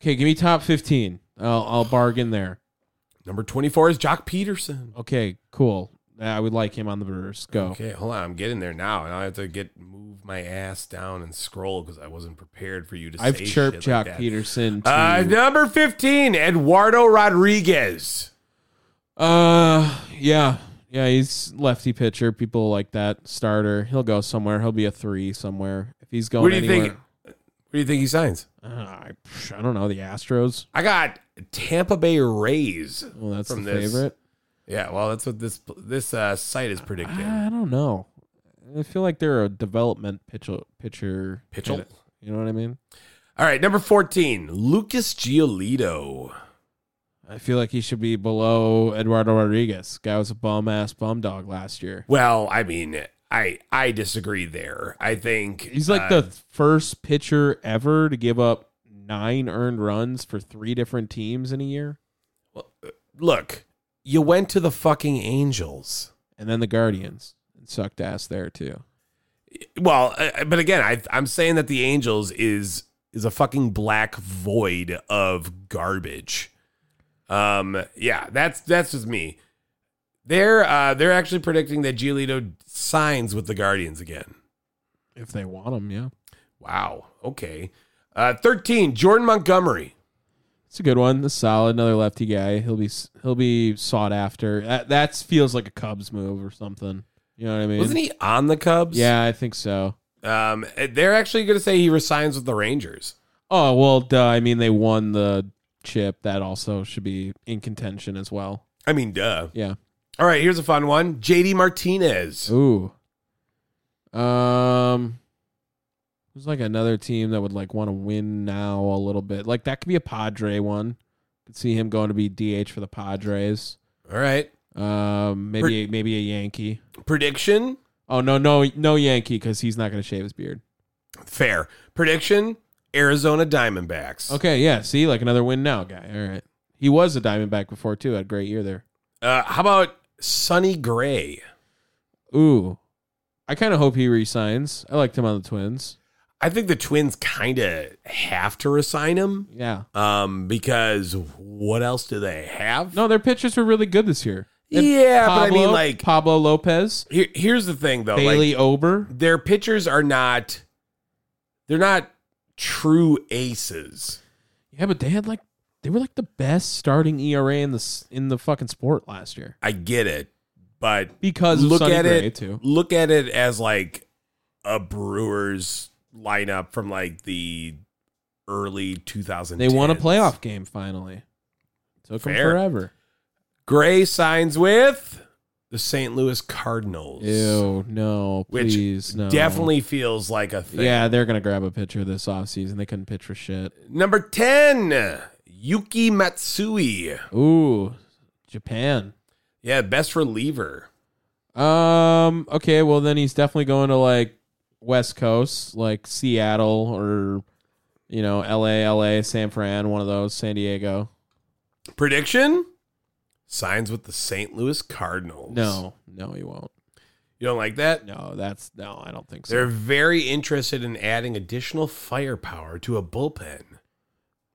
Okay, give me top 15. I'll, I'll bargain there.
Number 24 is Jock Peterson.
Okay, cool. I would like him on the Brewers. Go.
Okay, hold on. I'm getting there now, and I have to get move my ass down and scroll because I wasn't prepared for you to.
I've
say
chirped
shit
Jock
like that. *laughs*
Peterson. To,
Uh, number 15, Eduardo Rodriguez.
uh, yeah. Yeah, he's lefty pitcher. People like that starter. He'll go somewhere. He'll be a three somewhere if he's going.
Where do you
anywhere.
think? Where do you think he signs?
Uh, I, psh, I don't know the Astros.
I got Tampa Bay Rays.
Well, that's
from
the
this.
favorite.
Yeah, well, that's what this this uh, site is predicting.
I don't know. I feel like they're a development pitcher. Pitcher.
Pitchel?
kinda- You know what I mean?
All right, number 14, Lucas Giolito.
I feel like he should be below Eduardo Rodriguez. Guy was a bum ass bum dog last year.
Well, I mean, I I disagree there. I think
He's like
uh,
the first pitcher ever to give up nine earned runs for three different teams in a year,
look. You went to the fucking Angels.
and then the Guardians and sucked ass there too.
Well, uh, but again, I, I'm saying that the Angels is is a fucking black void of garbage. Um, yeah, that's that's just me. They're uh, they're actually predicting that Giolito signs with the Guardians again.
If they want him, yeah,
Wow. Okay. Uh, Thirteen. Jordan Montgomery.
it's a good one. The solid, another lefty guy. He'll be he'll be sought after. That that feels like a Cubs move or something. You know what I mean?
Wasn't he on the Cubs?
Yeah, I think so.
Um, they're actually going to say he resigns with the Rangers.
Oh well, duh. I mean, they won the chip. That also should be in contention as well.
I mean, duh.
Yeah.
All right, here's a fun one. JD Martinez.
Ooh. Um. There's like another team that would like want to win now a little bit. Like that could be a Padre one. Could see him going to be DH for the Padres.
All right.
Um, maybe a, maybe a Yankee.
Prediction?
Oh no, no, no Yankee because he's not going to shave his beard.
Fair. Prediction? Arizona Diamondbacks.
Okay, yeah. See, like another win now guy. All right, he was a Diamondback before too. Had a great year there.
Uh, how about Sonny Gray?
Ooh, I kind of hope he resigns. I liked him on the Twins.
I think the Twins kind of have to resign him
Yeah.
um, because what else do they have?
No, their pitchers were really good this year.
Yeah, but I mean, like-
Pablo Lopez,
Here, here's the thing, though. like,
Bailey Ober.
their pitchers are not they're not true aces.
Yeah, but they had like they were like the best starting ERA in the s- in the fucking sport last year
I get it, but
because of
look
Sonny
at
Gray,
it
too.
look at it as like a Brewers lineup from like the early 2010s.
They won a playoff game finally. Took them
Fair.
forever.
Gray signs with the St. Louis Cardinals.
Ew, no,
Which
please, no.
Definitely feels like a thing.
Yeah, they're gonna grab a pitcher this offseason. They couldn't pitch for shit.
Number 10, Yuki Matsui.
Ooh, Japan.
Yeah, best reliever.
Um. Okay. Well, then he's definitely going to like West Coast, like Seattle or you know L.A., L.A., San Fran, one of those, San Diego.
Prediction? Signs with the St. Louis Cardinals.
No, no, he won't.
You don't like that?
No, that's no. I don't think so.
They're very interested in adding additional firepower to a bullpen,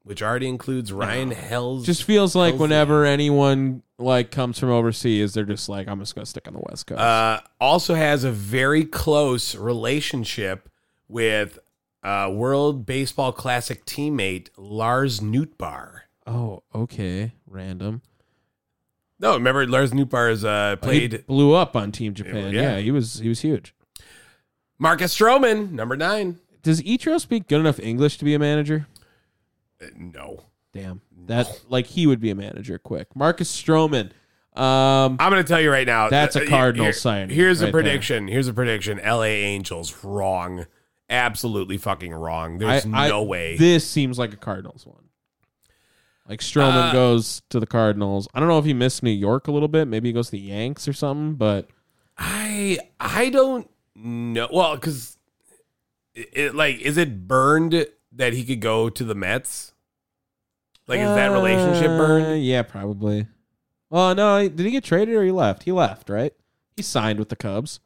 which already includes Ryan Hells.
just feels like
Healthy.
whenever anyone like comes from overseas, they're just like, I'm just gonna stick on the West Coast.
uh, also has a very close relationship with uh, World Baseball Classic teammate Lars Nootbaar.
oh, okay, random.
No, remember Lars Nootbaar has uh,
Oh, He
played
blew up on Team Japan.
Yeah.
yeah, he was he was huge.
Marcus Stroman, number nine.
Does Ichiro speak good enough English to be a manager?
Uh, no,
Damn. That like he would be a manager quick. Marcus Stroman. Um
I'm going to tell you right now.
That's a
uh, here-
Cardinal
here-
signing
Here's a
right there.
prediction. Here's a prediction. L.A. Angels wrong. Absolutely fucking wrong.
I,
There's
I-
no way.
This seems like a Cardinals one. Like Stroman
Uh,
goes to the Cardinals. I don't know if he missed New York a little bit. Maybe he goes to the Yanks or something, but
I I don't know. Well, because it, it, like is it burned that he could go to the Mets? Like is that relationship
Uh,
burned?
Yeah, probably. Well, no, he- did he get traded or he left? He left, right? He signed with the Cubs.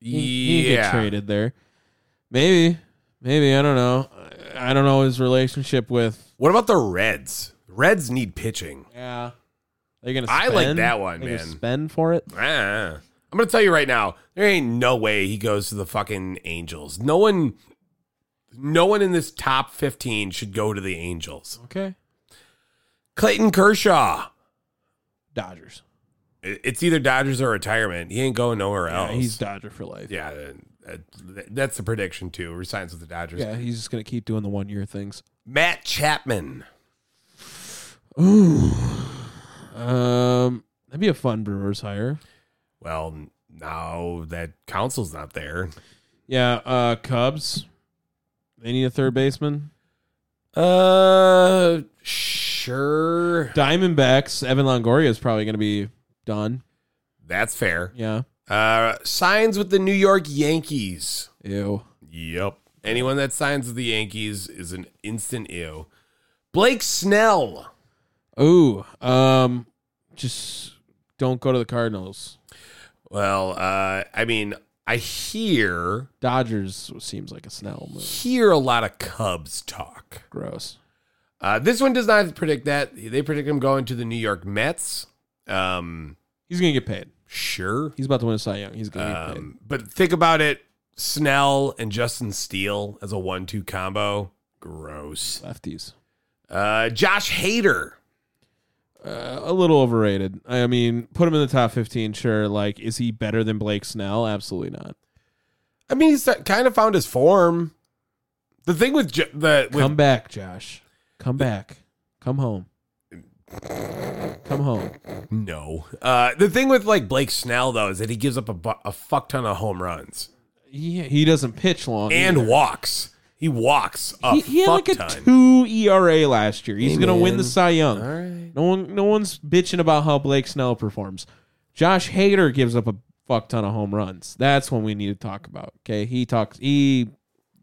He, he didn't get
yeah.
traded there. Maybe. Maybe. I don't know. I I don't know his relationship with
what about the Reds? Reds need pitching.
Yeah. They're gonna
I like
spend?
that one,
They're gonna
man.
Spend for it.
Ah. I'm gonna tell you right now, there ain't no way he goes to the fucking Angels. No one, no one in this top 15 should go to the Angels.
Okay.
Clayton Kershaw.
Dodgers.
It- It's either Dodgers or retirement. He ain't going nowhere
Yeah,
else.
he's Dodger for life.
Oh. Yeah, that, that- that's the prediction too. Resigns with the Dodgers.
Yeah, he's just gonna keep doing the one year things.
Matt Chapman.
Ooh. Um that'd be a fun Brewers hire.
Well, now that council's not there.
Yeah, uh Cubs. They need a third baseman.
Uh, sure.
Diamondbacks, Evan Longoria is probably gonna be done.
That's fair.
Yeah.
Uh, signs with the New York Yankees.
Ew.
Yep. Anyone that signs with the Yankees is an instant ew. Blake Snell.
Ooh. Um just don't go to the Cardinals.
Well, uh, I mean, I hear
Dodgers seems like a Snell move.
hear a lot of Cubs talk.
Gross.
Uh, this one does not predict that. They predict him going to the New York Mets. Um,
He's gonna get paid.
sure.
He's about to win a Cy Young. He's gonna get paid.
Um, but think about it Snell and Justin Steele as a one two combo. Gross.
lefties.
Uh, Josh Hader.
Uh, a little overrated. I mean, put him in the top 15, sure. Like, is he better than Blake Snell? Absolutely not.
I mean, he's kind of found his form. The thing with J- the with
Come back, Josh. Come back. Come home. Come home.
No. Uh, the thing with like Blake Snell though is that he gives up a, bu- a fuck ton of home runs
He, he doesn't pitch long.
and
either.
walks. He walks a
He, he had like
fuck
a
ton.
two ERA last year. He's gonna win the Cy Young.
right.
No one, no one's bitching about how Blake Snell performs. Josh Hader gives up a fuck ton of home runs. That's when we need to talk about. Okay, he talks. He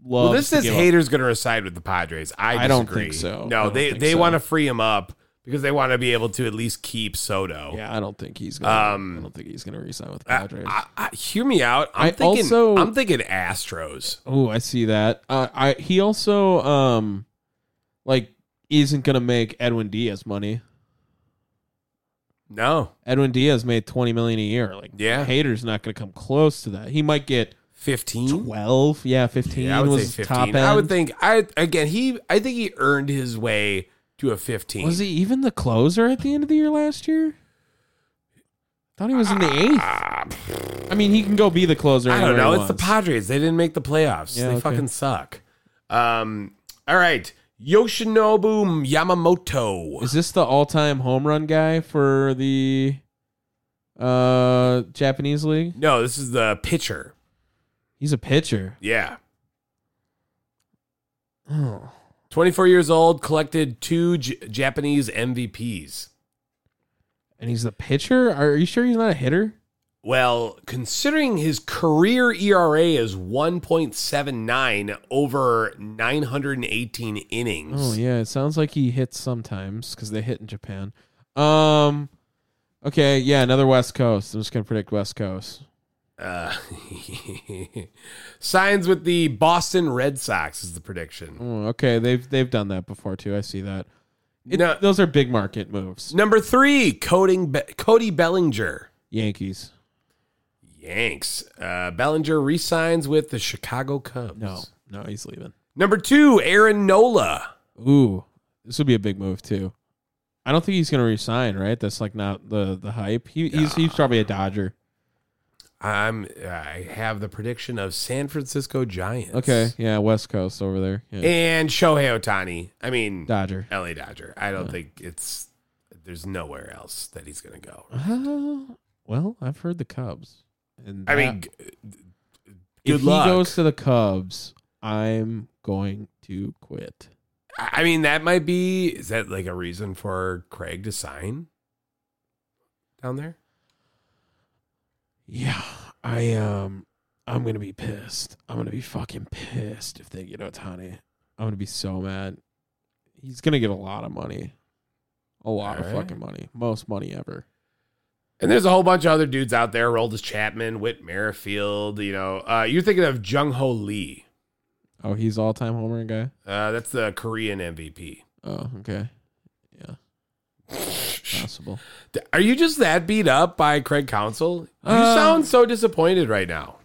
loves.
well, this
to
is
give up.
haters going to reside with the Padres. I,
I don't
disagree.
think so. I
No,
don't
they
think
they
so.
want to free him up because they want to be able to at least keep Soto. Uh,
Yeah, I don't think he's gonna. I don't think he's gonna resign with the Padres.
Um, I, I, hear me out. I'm
I
thinking.
also-
I'm thinking Astros.
oh, I see that. Uh, I he also um, like isn't gonna make Edwin Diaz money.
No,
Edwin Diaz made twenty million a year. Like,
Yeah.
Hader's not gonna come close to that. He might get
fifteen.
twelve. Yeah, fifteen
Yeah, I would
was
say
top
fifteen.
end.
I would think. I again. He. I think he earned his way to a fifteen.
Was he even the closer at the end of the year last year? Thought he was in the eighth. I mean, he can go be the closer.
Ah, I don't
anywhere
know.
he
It's the
wants.
Padres. They didn't make the playoffs.
Yeah,
they
okay.
fucking suck. Um. All right. Yoshinobu Yamamoto.
Is this the all-time home run guy for the uh Japanese league?
no, this is the pitcher.
He's a pitcher.
Yeah.
Oh,
24 years old, collected two J- Japanese MVPs.
and he's the pitcher. Are you sure he's not a hitter?
Well, considering his career ERA is 1.79 over 918 innings.
Oh yeah, it sounds like he hits sometimes because they hit in Japan. Um, okay, yeah, another West Coast. I'm just gonna predict West Coast.
Uh, *laughs* signs with the Boston Red Sox is the prediction.
Oh, okay, they've they've done that before too. I see that. It-
No.
those are big market moves.
Number three, Coding Be- Cody Bellinger.
Yankees.
Yanks. Uh, Bellinger resigns with the Chicago Cubs.
No, no, he's leaving.
Number two, Aaron Nola.
Ooh, this would be a big move too. I don't think he's gonna resign. Right? That's like not the the hype. He, he's he's probably a Dodger.
I'm. I have the prediction of San Francisco Giants.
Okay, yeah, West Coast over there. Yeah.
And Shohei Otani. I mean,
Dodger. *sighs*
LA Dodger. I don't think it's. There's nowhere else that he's gonna go.
Uh, well, I've heard the Cubs. And
I
that-
mean, g-
if
good luck.
he goes to the Cubs, I'm going to quit.
I mean, that might be. Is that like a reason for Craig to sign down there?
Yeah, I um, I'm gonna be pissed. I'm gonna be fucking pissed if they get Otani. I'm gonna be so mad. He's gonna get a lot of money, a lot of
All right.
fucking money, most money ever.
And there's a whole bunch of other dudes out there. Roldis Chapman, Whit Merrifield. You know, uh, you're thinking of Jung Ho Lee.
Oh, he's all time home run guy.
Uh, that's the Korean MVP.
Oh, okay, yeah, possible.
Are you just that beat up by Craig Council? You
Uh,
sound so disappointed right now.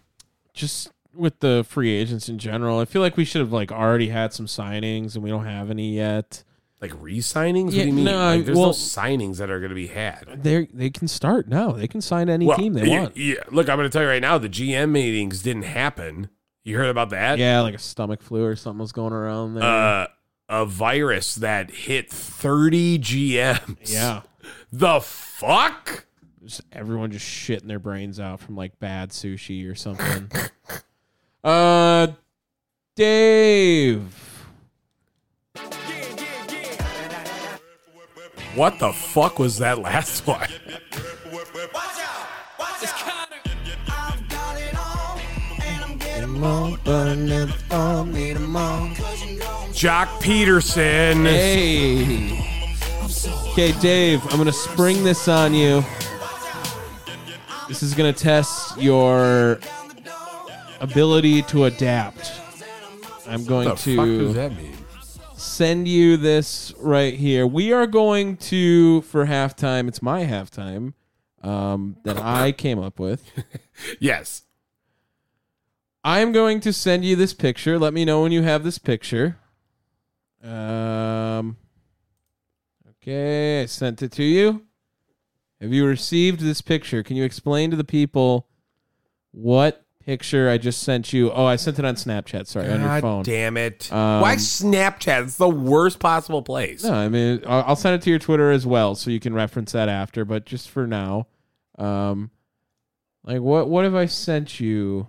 Just with the free agents in general, I feel like we should have like already had some signings, and we don't have any yet.
Like re-signings? what
Yeah,
do you mean?
no,
like, there's no
well-
signings that are going to be had.
They they can start now. They can sign any
Well,
team they
yeah,
want.
Yeah, look, I'm going to tell you right now, the GM meetings didn't happen. You heard about that?
Yeah, like a stomach flu or something was going around there.
Uh, a virus that hit 30 GMs.
yeah.
The fuck?
just everyone just shitting their brains out from like bad sushi or
*laughs*
something. uh, Dave,
What the fuck was that last one? Jock Peterson.
hey, okay, Dave, I'm gonna spring this on you. This is gonna test your ability to adapt. I'm going
What
to
the fuck does that mean?
send you this right here. We are going to for halftime. It's my halftime um, that I came up with.
Yes.
I'm going to send you this picture. Let me know when you have this picture. Um. Okay, I sent it to you. Have you received this picture? Can you explain to the people what picture I just sent you. Oh, I sent it on Snapchat. Sorry, on your
God
phone.
damn it.
Um,
Why Snapchat? It's the worst possible place.
No, I mean I'll I'll send it to your Twitter as well, so you can reference that after. But just for now, um, like what what have I sent you?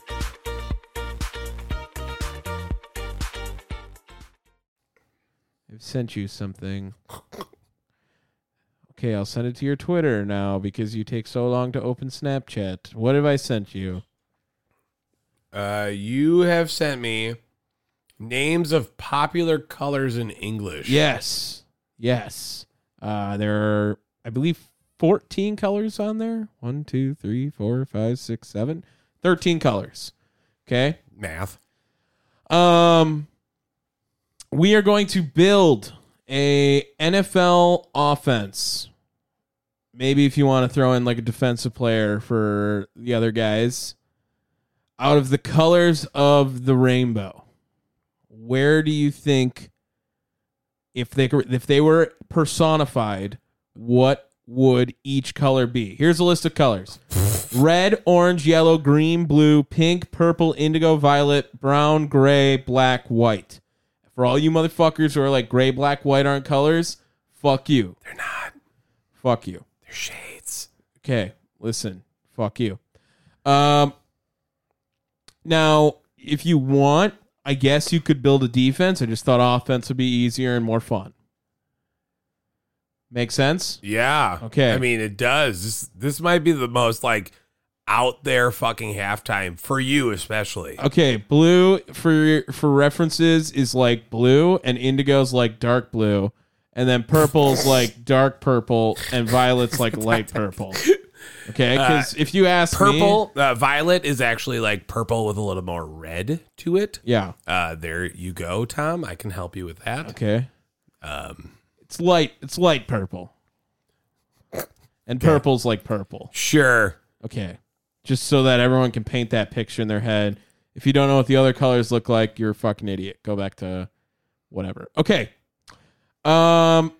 I've sent you something. Okay, I'll send it to your Twitter now because you take so long to open Snapchat. What have I sent you?
Uh, you have sent me names of popular colors in English.
Yes. Yes. Uh, there are, I believe, 14 colors on there. One, two, three, four, five, six, seven. 13 colors. Okay.
Math.
Um, we are going to build a NFL offense. Maybe if you want to throw in like a defensive player for the other guys, out of the colors of the rainbow, where do you think if they could- if they were personified, what would each color be? Here's a list of colors: red, orange, yellow, green, blue, pink, purple, indigo, violet, brown, gray, black, white. For all you motherfuckers who are like gray, black, white aren't colors, fuck you. They're not. Fuck you.
They're shades.
Okay, listen. Fuck you. Um now, if you want, I guess you could build a defense. I just thought offense would be easier and more fun. Make sense?
Yeah.
Okay.
I mean, it does. This, this might be the most like out there fucking halftime for you, especially.
Okay, blue for for references is like blue and indigo's like dark blue and then purple's like dark purple and violet's like light purple. Okay, cuz if you ask me-
Purple, uh, violet is actually like purple with a little more red to it.
yeah.
Uh, there you go, Tom. I can help you with that.
Okay. Um, it's light. It's light purple. And purple's like purple.
Sure.
Okay. Just so that everyone can paint that picture in their head. If you don't know what the other colors look like, you're a fucking idiot. Go back to whatever. Okay. Um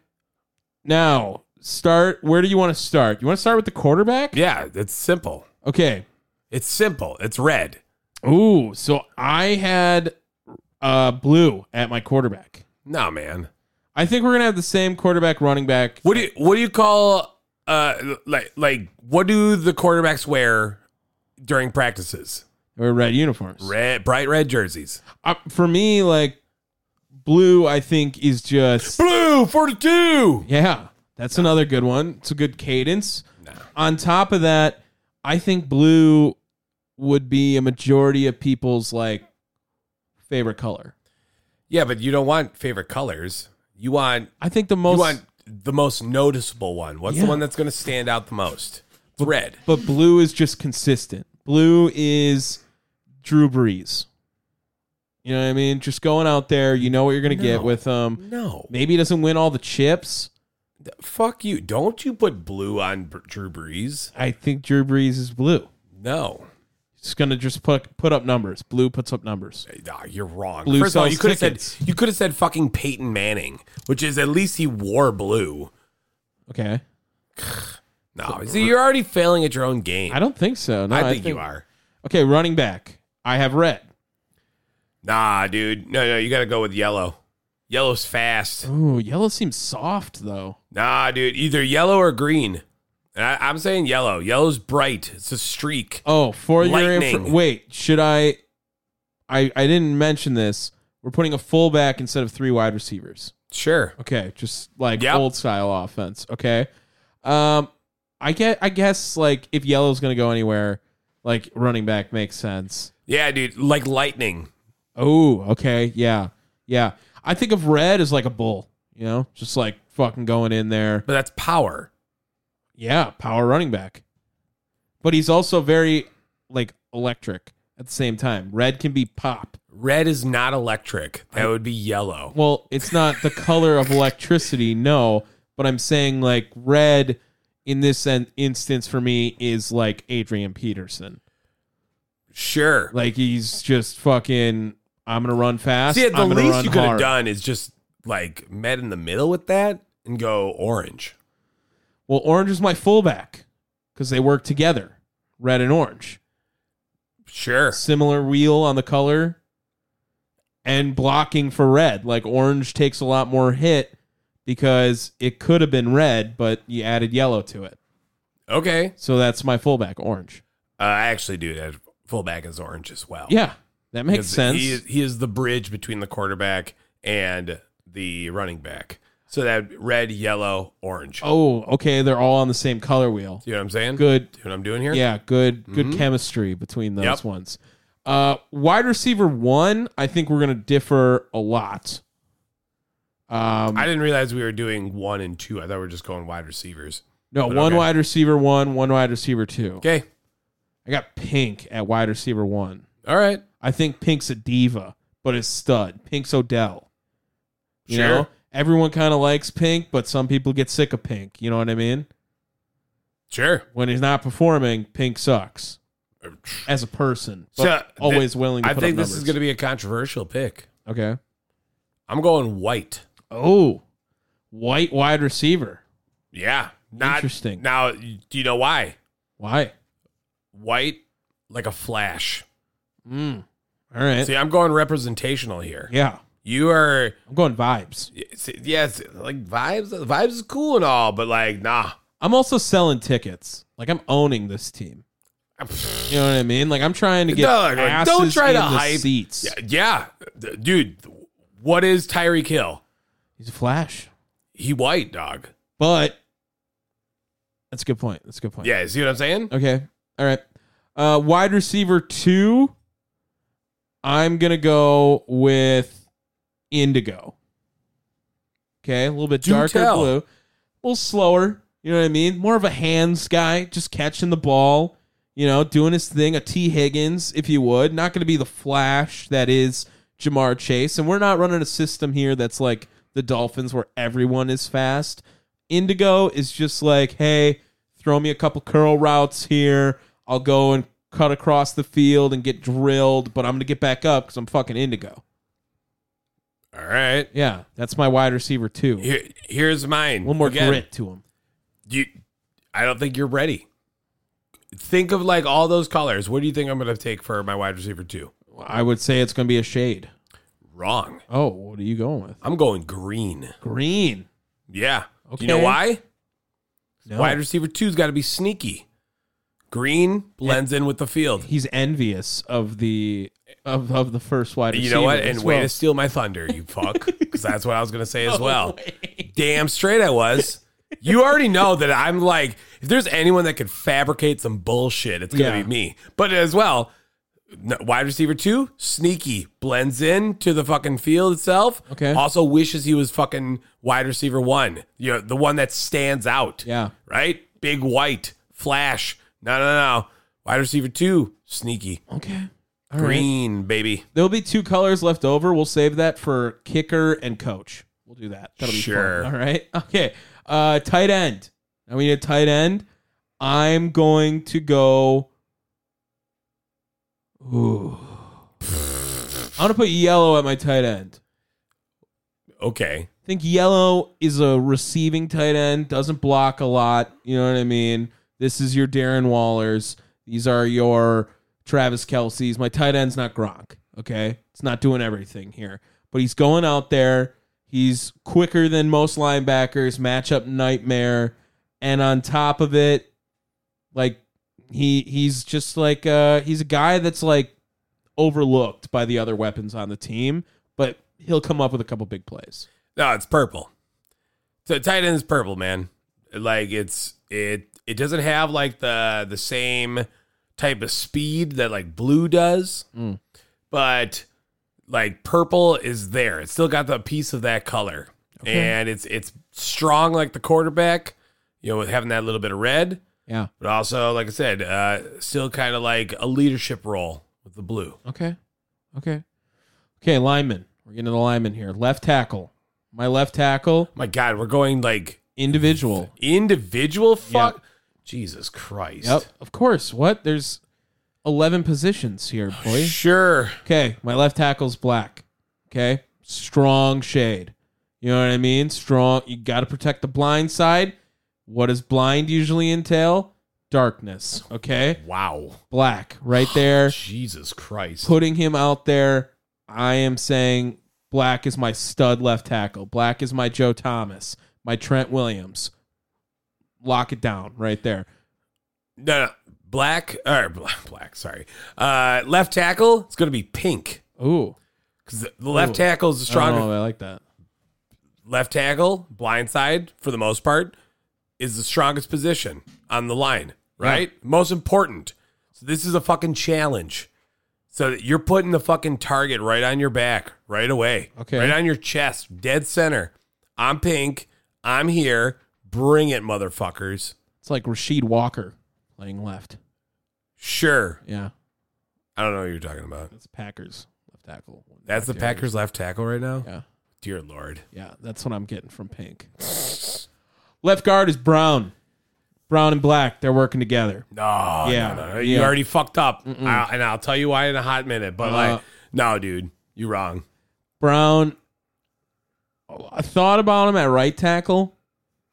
now, start where do you want to start? You want to start with the quarterback?
Yeah, it's simple.
Okay.
It's simple. It's red.
Ooh, so I had uh blue at my quarterback.
No, man.
I think we're going to have the same quarterback running back.
What do you what do you call uh like like what do the quarterbacks wear during practices?
or red uniforms.
Red bright red jerseys.
uh, for me, like blue, I think is just
Blue 42.
yeah. That's another good one. It's a good cadence. On top of that, I think blue would be a majority of people's like favorite color.
Yeah, but you don't want favorite colors. You want
I think the
you
most,
want the most noticeable one. What's
Yeah.
the one that's going to stand out the most? It's red.
but blue is just consistent. Blue is Drew Brees. You know what I mean? Just going out there, you know what you're going to get
No.
with them.
No.
Maybe he doesn't win all the chips.
Fuck you. Don't you put blue on Br- Drew Brees?
I think Drew Brees is blue.
No.
He's going to just put put up numbers. Blue puts up numbers.
Nah, Ah, you're wrong.
Blue
First of all,
sells
you could have said
tickets.
you could have said fucking Peyton Manning, which is at least he wore blue.
Okay.
No, see, you're already failing at your own game.
I don't think so. No,
I, think you are.
Okay, running back. I have red.
Nah, dude. No, no, you got to go with yellow. Yellow's fast.
Ooh, yellow seems soft though.
Nah, dude. Either yellow or green. And I, I'm saying yellow. Yellow's bright. It's a streak.
Oh, for your
Lightning.
inf- wait, should I? I I didn't mention this. We're putting a fullback instead of three wide receivers.
Sure.
Okay, just like
Yep.
old style offense. Okay, um, I get. I guess like if yellow's gonna go anywhere, like running back makes sense.
Yeah, dude. Like lightning.
Oh, okay, yeah, yeah. I think of red as like a bull. You know, just like fucking going in there.
But that's power.
Yeah, power running back. But he's also very like electric at the same time. Red can be pop.
Red is not electric. That would be yellow.
Well, it's not the color of electricity, no, but I'm saying like red in this en- instance for me is like Adrian Peterson.
Sure.
Like he's just fucking I'm going to run fast.
See, at the
I'm gonna
least
run
you could have
hard.
done is just like met in the middle with that and go orange.
Well, orange is my fullback cuz they work together. Red and orange.
Sure.
similar wheel on the color and blocking for red. Like orange takes a lot more hit because it could have been red, but you added yellow to it.
Okay.
So that's my fullback orange.
Uh, I actually do that. Fullback is orange as well.
Yeah, that makes
Because
sense.
He is, he is the bridge between the quarterback and the running back. So that red, yellow, orange.
oh, okay. They're all on the same color wheel.
See what I'm saying?
Good.
See what I'm doing here? Mm-hmm.
Yeah, good good chemistry between those
Yep.
ones. Uh, wide receiver one, I think we're gonna differ a lot. Um,
I didn't realize we were doing one and two. I thought we were just going wide receivers.
no,
but
one
okay.
wide receiver one, one wide receiver two.
Okay.
I got pink at wide receiver one.
All right.
I think Pink's a diva, but it's stud. Pink's Odell. You
Sure.
know, everyone kind of likes Pink, but some people get sick of Pink. You know what I mean?
Sure.
When he's not performing, Pink sucks as a person. But always
th-
willing. To
Uh, I
put
think
up
this is going
numbers.
to be a controversial pick.
okay.
I'm going white.
Oh, white wide receiver.
Yeah. Not
Interesting.
Now, do you know why?
Why?
White like a flash.
Mm. All right.
See, I'm going representational here.
yeah,
You are
I'm going vibes.
yes, like vibes. Vibes is cool and all, but like, nah.
I'm also selling tickets. Like I'm owning this team. You know what I mean? Like I'm trying to get
No, like,
asses
don't try
in
to
the
hype-
seats.
Yeah, yeah, D- dude. What is Tyreek Hill?
He's a flash.
He white dog.
But that's a good point. That's a good point.
Yeah, see what I'm saying?
Okay. All right. Uh, wide receiver two. I'm gonna go with indigo. Okay, a little bit
Do
darker
tell.
blue, a little slower. You know what I mean? More of a hands guy, just catching the ball. You know, doing his thing. A T Higgins, if you would. Not going to be the flash that is Jamar Chase. And we're not running a system here that's like the Dolphins, where everyone is fast. Indigo is just like, hey, throw me a couple curl routes here. I'll go and cut across the field and get drilled, but I'm going to get back up because I'm fucking indigo.
All right.
Yeah, that's my wide receiver too.
Here, here's mine.
One more
Again,
grit to him.
You, I don't think you're ready. Think of like all those colors. What do you think I'm going to take for my wide receiver two?
I would say it's going to be a shade.
Wrong.
Oh, what are you going with?
I'm going green.
Green.
Yeah. Do you know
Okay.
why?
No.
Wide receiver two's got to be sneaky. Green blends in with the field.
He's envious of the of, of the first wide
You
receiver.
know what?
as
And way
well. Oh,
to steal my thunder, you fuck. Because that's what I was going to
*laughs*
say as well. Damn straight I was. You already know that I'm like, if there's anyone that could fabricate some bullshit, it's going to
Yeah.
be me. But as well, No, wide receiver two, sneaky, blends in to the fucking field itself.
Okay.
Also wishes he was fucking wide receiver one. You know, the one that stands out.
Yeah.
Right? Big white, flash. No, no, no. Wide receiver two, sneaky.
Okay.
Green, baby.
There'll be two colors left over. We'll save that for kicker and coach. We'll do that. That'll be
Sure.
Fun. All right. Okay. Uh, tight end. Now we need a tight end. I'm going to go. Ooh. I'm gonna put yellow at my tight end.
Okay.
I think yellow is a receiving tight end, doesn't block a lot. You know what I mean? This is your Darren Wallers. These are your Travis Kelsey's. My tight end's not Gronk. Okay. It's not doing everything here. But he's going out there. He's quicker than most linebackers, matchup nightmare. And on top of it, like he he's just like uh he's a guy that's like overlooked by the other weapons on the team, but he'll come up with a couple big plays.
No, it's purple. So tight end is purple, man. Like it's it it doesn't have like the the same type of speed that like blue does,
Mm.
but like purple is there. It's still got the piece of that color, and it's it's strong like the quarterback. You know, with having that little bit of red,
Yeah.
but also like I said, uh, still kind of like a leadership role with the blue.
Okay. Okay. Okay, lineman. We're getting to the lineman here. Left tackle. My left tackle,
My God, we're going like
individual.
individual. Fuck, Jesus Christ.
Yep. Of course. What? There's 11 positions here, boy.
Sure.
Okay, my left tackle's black. Okay? Strong shade. You know what I mean? Strong. You got to protect the blind side. What does blind usually entail? Darkness. Okay?
Wow.
Black right there.
Jesus Christ.
putting him out there, I am saying Black is my stud left tackle. Black is my Joe Thomas, my Trent Williams. Lock it down right there.
no, no. Black or bl- black, sorry. Uh left tackle, it's gonna be pink.
Ooh,
Because the left
Ooh.
tackle is the
I don't
stronger
know, I like that.
left tackle, blind side, for the most part, is the strongest position on the line, right? Most important. So this is a fucking challenge. So that you're putting the fucking target right on your back, right away.
Okay.
Right on your chest, dead center. I'm pink. I'm here. Bring it, motherfuckers.
It's like Rashid Walker playing left.
Sure.
Yeah,
I don't know what you're talking about.
that's Packers left tackle.
That's the Packers left tackle right now?
Yeah,
Dear Lord.
yeah, that's what I'm getting from Pink. left guard is Brown. Brown and Black, they're working together.
No, yeah,
Yeah,
no, no. You
yeah.
already fucked up. I, and I'll tell you why in a hot minute. But,
Uh,
like, no, dude, you're wrong.
Brown. I thought about him at right tackle,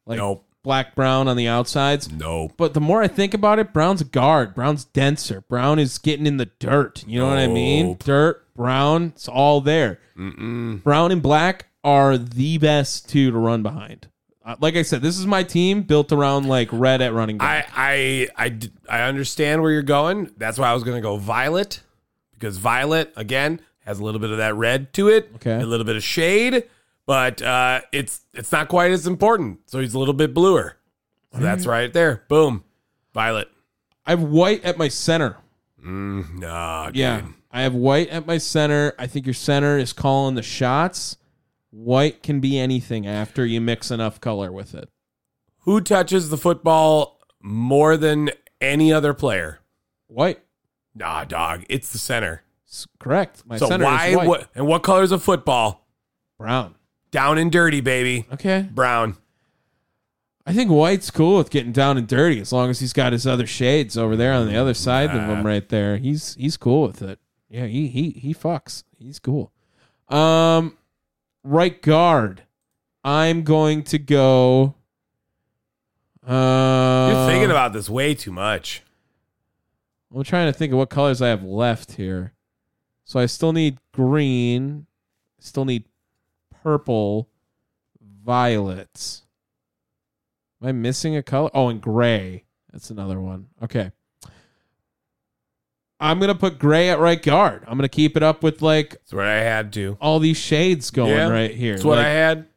like
Nope.
Black Brown on the outsides.
Nope.
But the more I think about it, Brown's a guard. Brown's denser. Brown is getting in the dirt. You know what I mean?
Nope.
Dirt, Brown, it's all there. Brown and Black are the best two to run behind. Uh, Like I said, this is my team built around like red at running back.
I, I, I, d- I understand where you're going. That's why I was going to go violet because violet, again, has a little bit of that red to it,
Okay.
a little bit of shade, but uh, it's it's not quite as important. So he's a little bit bluer.
Hmm.
So that's right there. Boom. Violet.
I have white at my center.
Mm, nah, dude.
Yeah. I have White at my center. I think your center is calling the shots. White can be anything after you mix enough color with it.
Who touches the football more than any other player?
White.
Nah, dog. It's the center.
S- correct. My
so
center
why?
is white.
What and what colors of football?
Brown.
Down and dirty, baby.
Okay.
Brown.
I think White's cool with getting down and dirty as long as he's got his other shades over there on the other side of him right there. He's he's cool with it. Yeah, he he he fucks. He's cool. Um right guard. I'm going to go um, uh
You're thinking about this way too much.
I'm trying to think of what colors I have left here. So I still need green, still need purple, violet. Am I missing a color? Oh, and gray. That's another one. Okay. I'm going to put gray at right guard. I'm going to keep it up with like
That's what I had to.
all these shades going
Yeah,
right here.
That's what
Like,
I had.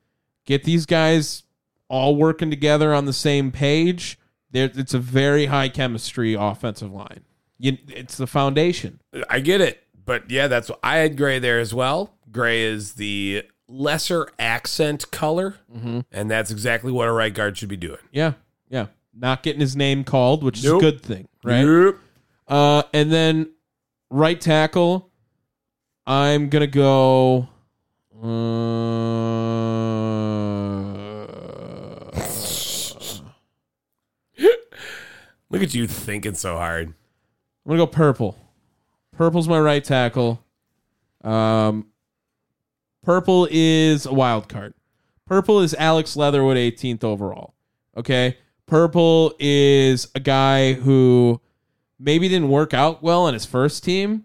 get these guys all working together on the same page. There, it's a very high chemistry offensive line. You, it's the foundation.
I get it, but yeah, that's what I had gray there as well. Gray is the lesser accent color,
Mm-hmm.
and that's exactly what a right guard should be doing.
Yeah, yeah. Not getting his name called, which is a
Nope.
good thing, right?
Yep.
Uh, and then right tackle, I'm gonna go. Uh,
Look at you thinking so hard.
I'm gonna go purple. Purple's my right tackle. Um, purple is a wild card. Purple is Alex Leatherwood, 18th overall. Okay. Purple is a guy who maybe didn't work out well on his first team,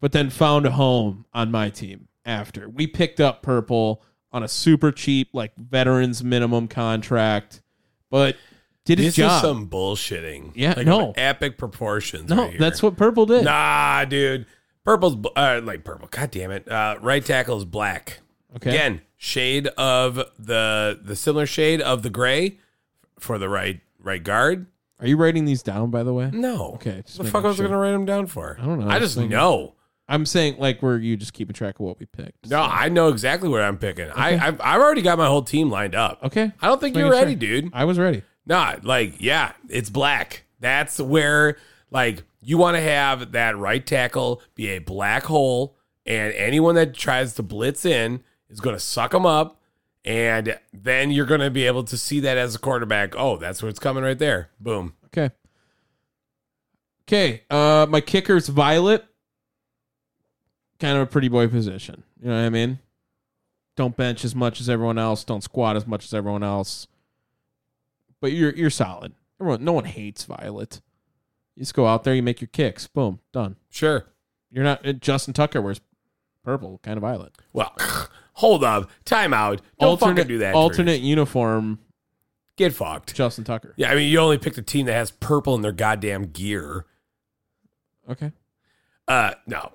but then found a home on my team after. We picked up Purple on a super cheap, like veterans minimum contract, but did his
This
job.
is some bullshitting.
Yeah,
like
no.
of epic proportions.
no,
right here.
that's what Purple did.
Nah, dude. Purple's bl- uh, like purple. God damn it. Uh, right tackle is black.
okay.
Again, shade of the the similar shade of the gray for the right right guard.
Are you writing these down, by the way?
No.
Okay, just
What the
making
fuck was
sure.
I gonna write them down for? I
don't know.
I just
Just making-
know.
I'm saying like where you just keeping track of what we picked.
No, I know exactly what I'm picking. I I've, I've already got my whole team lined up.
Okay.
I don't think
Just
you're ready,
making sure.
dude.
I was ready.
Nah, like yeah, it's black. That's where like you want to have that right tackle be a black hole, and anyone that tries to blitz in is going to suck them up, and then you're going to be able to see that as a quarterback. Oh, that's what's coming right there. Boom.
Okay. Okay. Uh my kicker's violet. Kind of a pretty boy position. You know what I mean? Don't bench as much as everyone else. Don't squat as much as everyone else. But you're you're solid. Everyone no one hates violet. You just go out there, you make your kicks. Boom. Done.
Sure.
You're not uh, Justin Tucker wears purple, kind of violet.
Well, *laughs* hold up. Timeout. Don't fucking do that.
alternate
Drews.
uniform
Get fucked.
Justin Tucker.
Yeah, I mean, you only picked a team that has purple in their goddamn gear.
Okay.
Uh, no,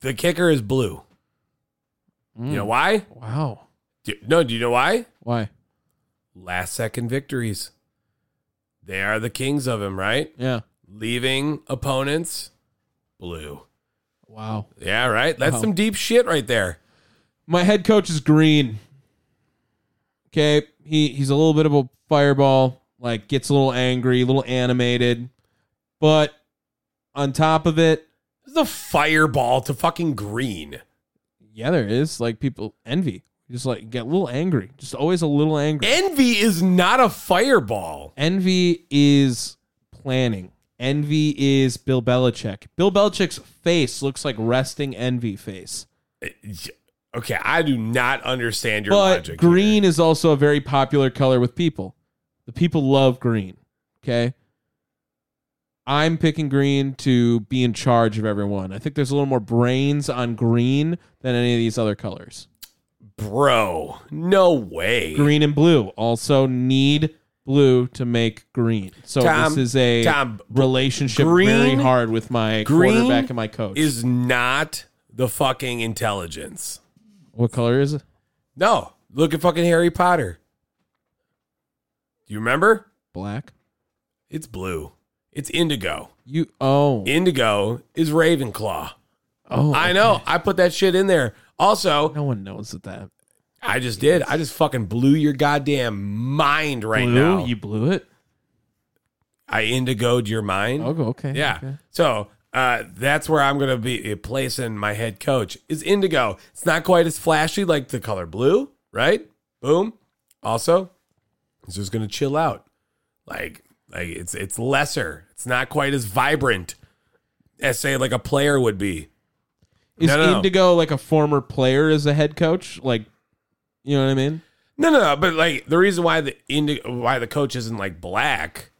the kicker is blue. You know
Hmm.
why?
Mm. Wow.
Do, no, do you know why?
Why?
Last second victories. They are the kings of him, right?
Yeah.
Leaving opponents blue.
Wow.
Yeah, right. That's
Wow.
some deep shit right there.
My head coach is green. Okay. He he's a little bit of a fireball, like gets a little angry, a little animated. But on top of it,
This is a fireball to fucking green.
yeah, there is like people envy. Just like get a little angry. Just always a little angry.
Envy is not a fireball.
Envy is planning. Envy is Bill Belichick. Bill Belichick's face looks like resting envy face.
Okay, I do not understand your
but
logic. here.
green is also a very popular color with people. The people love green. Okay. I'm picking green to be in charge of everyone. I think there's a little more brains on green than any of these other colors.
bro, no way.
Green and blue also need blue to make green. So
Tom,
this is a
Tom, b-
relationship
green-
very hard with my
Green
quarterback and my coach.
is not the fucking intelligence.
what color is it?
No, look at fucking Harry Potter. Do you remember?
Black.
It's blue. It's indigo.
You oh
Indigo is Ravenclaw.
oh
I know. I put that shit in there. Also,
No one knows that. that
I just did. I just fucking blew your goddamn mind right
blue.
now.
You blew it.
I indigoed your mind.
Oh, okay.
Yeah.
okay.
So uh, that's where I'm going to be eh, placing my head coach is indigo. It's not quite as flashy like the color blue, right? Boom. Also, it's just going to chill out. Like, like it's it's lesser. It's not quite as vibrant as say like a player would be.
Is
No, no, no.
Indigo like a former player as a head coach? Like, you know what I mean?
No, no, no. But like the reason why the indigo, why the coach isn't like black,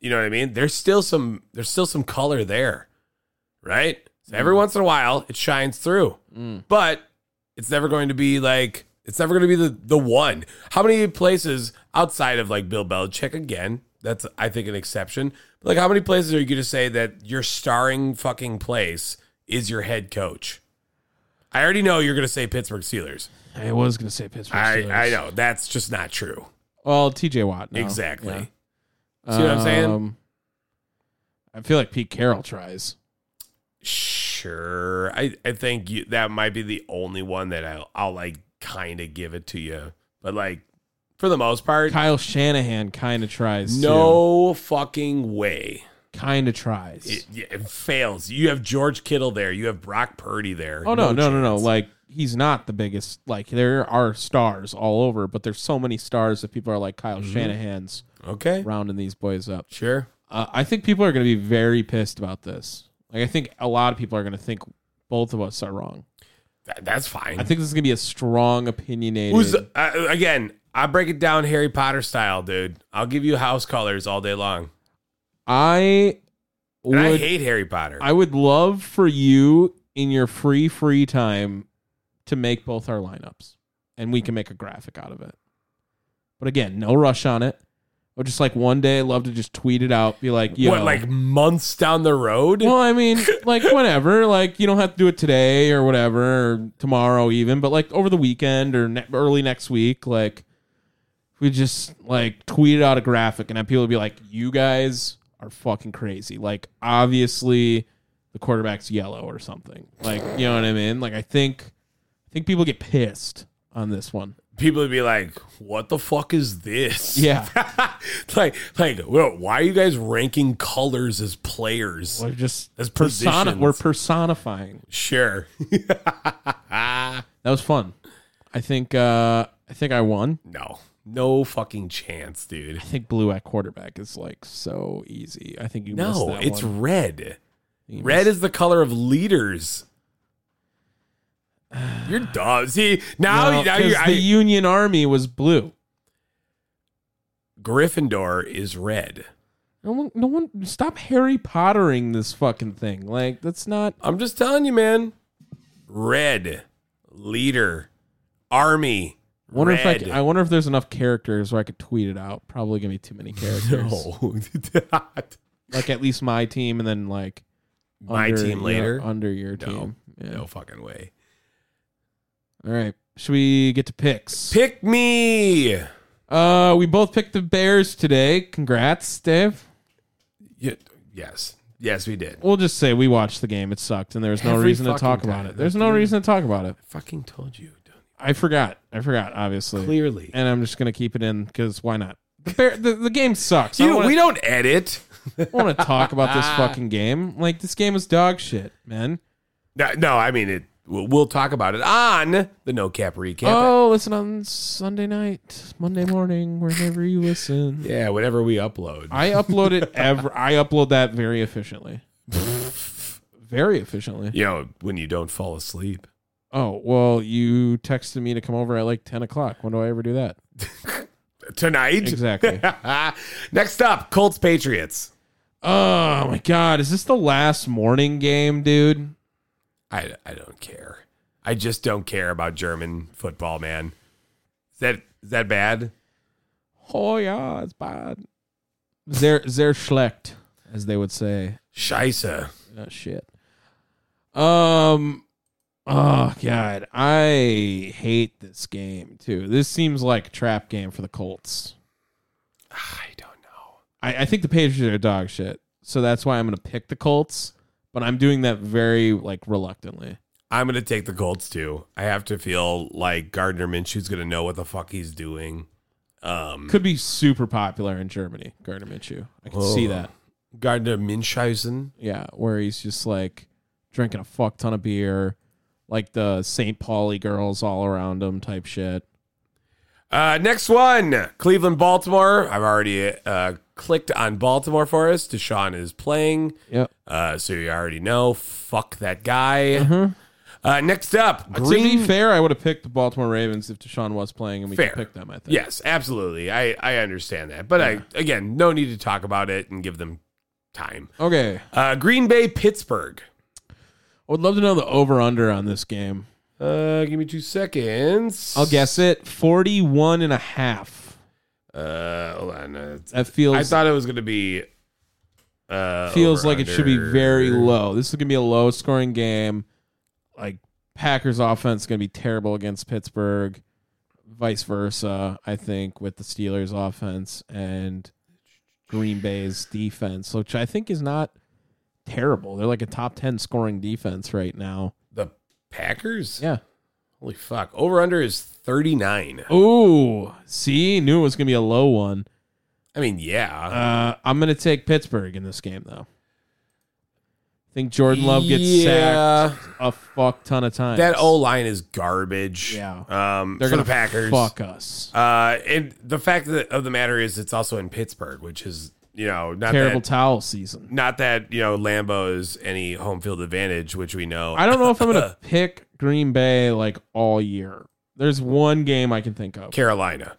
you know what I mean? There's still some, there's still some color there, right? So every once in a while, it shines through, but it's never going to be like it's never going to be the the one. How many places outside of like Bill Belichick again? That's I think an exception. But like how many places are you going to say that your starring fucking place is your head coach? I already know you're going to say Pittsburgh Steelers.
I was gonna say Pittsburgh. Steelers.
I, I know that's just not true.
Well, T.J. Watt. no.
Exactly.
Yeah.
See what I'm saying?
Um, I feel like Pete Carroll tries.
Sure. I, I think you, that might be the only one that I'll, I'll like kind of give it to you. But like for the most part,
Kyle Shanahan kind of tries.
no fucking way.
kind of tries.
It, yeah, it fails. You have George Kittle there. You have Brock Purdy there.
oh no, no, no, no!
chance.
Like he's not the biggest. Like there are stars all over, but there's so many stars that people are like Kyle
Mm-hmm.
Shanahan's
okay.
rounding these boys up.
Sure.
Uh, I think people are going to be very pissed about this. Like I think a lot of people are going to think both of us are wrong.
That, that's fine.
I think this is going to be a strong opinionated.
Mm-hmm. Who's the, uh, again? I break it down Harry Potter style, dude. I'll give you house colors all day long.
I would
And I hate Harry Potter.
I would love for you in your free free time to make both our lineups and we can make a graphic out of it. But again, no rush on it. Or just like one day, I'd love to just tweet it out, be like, yo.
what like months down the road?
well, I mean, like whenever, like you don't have to do it today or whatever, or tomorrow even, but like over the weekend or ne- early next week, like we just like tweeted out a graphic and then people would be like, you guys are fucking crazy. Like obviously the quarterback's yellow or something. Like, you know what I mean? Like I think, I think people get pissed on this one.
People would be like, "What the fuck is this?"
Yeah.
*laughs* like, like, whoa, why are you guys ranking colors as players?
We're just
That's
persona.
positions.
We're personifying.
Sure.
That was fun. I think, uh, I think I won.
no, no fucking chance, dude.
I think blue at quarterback is like so easy. I think you missed
No,
that
it's
one.
red. Red is the color
*sighs*
of leaders. You're dumb. See now,
No,
now
'cause
you're,
the
I,
Union Army was blue.
Gryffindor is red.
No one, no one, stop Harry Pottering this fucking thing. Like that's not.
I'm just telling you, man. Red leader army.
Wonder if I,
red. *laughs*
could- I wonder if there's enough characters where I could tweet it out. Probably gonna be too
*laughs*
many characters.
no. *laughs*
Like at least my team, and then like
My
under
team
your-
later.
under your
No.
team. Yeah.
no fucking way.
All right. Should we get to picks?
Pick me.
Uh, we both picked the Bears today. Congrats, Dave.
Ye- Yes. Yes, we did.
We'll just say we watched the game. It sucked, and there was no
Every
reason to
fucking
talk about
time.
it. There's no reason to talk about it.
Fucking told you.
I forgot. I forgot. Obviously,
Clearly.
and I'm just gonna keep it in because why not? The, bear, the the game sucks.
You,
I don't wanna-
we don't edit.
I don't want to talk about
*laughs*
this fucking game. Like this game is dog shit, man.
No, no, I mean it. We'll, we'll talk about it on the No Cap recap.
oh, listen on Sunday night, Monday morning, wherever you listen.
*laughs* yeah, whatever we upload.
I upload it ever. I upload that very
*laughs*
efficiently. very efficiently.
you know, when you don't fall asleep.
Oh well, you texted me to come over at like ten o'clock. When do I ever do that?
Tonight.
Exactly.
*laughs* Next up, Colts Patriots.
Oh my god, is this the last morning game, dude?
I, I don't care. I just don't care about German football, man. Is that is that bad?
Oh yeah, it's bad. They're they're schlecht, as they would say.
Scheiße.
Oh shit. Um Oh god, I hate this game too. This seems like a trap game for the Colts.
I don't know.
I, I think the Patriots are dog shit. So that's why I'm gonna pick the Colts, but I'm doing that very like reluctantly.
I'm gonna take the Colts too. I have to feel like Gardner Minshew's gonna know what the fuck he's doing. Um,
Could be super popular in Germany, Gardner Minshew. I can see
Oh.
that.
Gardner Minshausen.
Yeah, where he's just like drinking a fuck ton of beer, like the St. Pauli girls all around him type shit.
Uh, next one, Cleveland, Baltimore. I've already uh, clicked on Baltimore for us. Deshaun is playing,
Yep.
uh, so you already know. Fuck that guy.
Mm-hmm.
Uh, next up,
To
Green.
be fair, I would have picked the Baltimore Ravens if Deshaun was playing, and we
Fair.
could pick them. I think.
yes, absolutely. I I understand that, but I again, no need to talk about it and give them time.
Okay.
Uh, Green Bay, Pittsburgh.
I would love to know the over under on this game.
Uh, give me two seconds.
I'll guess it 41 and a half.
Uh, hold on. uh, it's-
That feels
I thought it was gonna be. Uh,
feels
over,
like it should be very
under.
low. This is gonna be a low scoring game. Like Packers offense is gonna be terrible against Pittsburgh, vice versa. I think with the Steelers offense and Green Bay's defense, which I think is not terrible. They're like a top 10 scoring defense right now.
The Packers?
Yeah.
Holy fuck. Over under is 39.
Ooh, see, knew it was going to be a low one.
I mean, yeah.
Uh, I'm going to take Pittsburgh in this game, though. I think Jordan Love gets sacked a fuck ton of times.
That O line is garbage.
Yeah.
Um,
They're
for
going to
the Packers.
fuck us.
Uh, and the fact that, of the matter is, it's also in Pittsburgh, which is, you know, not
Terrible
that.
towel season.
not that you know Lambo is any home field advantage, which we know.
I don't know if I'm
*laughs*
going to pick Green Bay like all year. There's one game I can think of.
Carolina.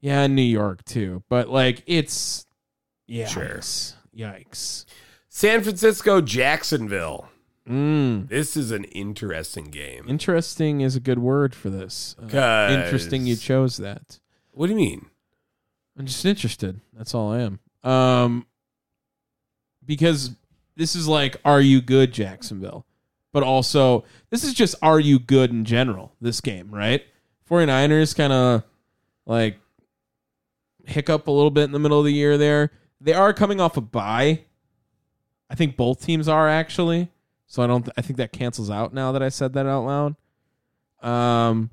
Yeah, and New York too. But like it's yeah.
Sure.
Yikes.
San Francisco, Jacksonville.
Mm.
This is an interesting game.
Interesting is a good word for this. Uh,
'Cause-
interesting you chose that.
What do you mean?
I'm just interested. That's all I am. Um because this is like are you good Jacksonville? But also this is just are you good in general this game, right? 49ers kind of like hiccup a little bit in the middle of the year there. They are coming off a bye. I think both teams are actually. So I don't I think that cancels out now that I said that out loud. Um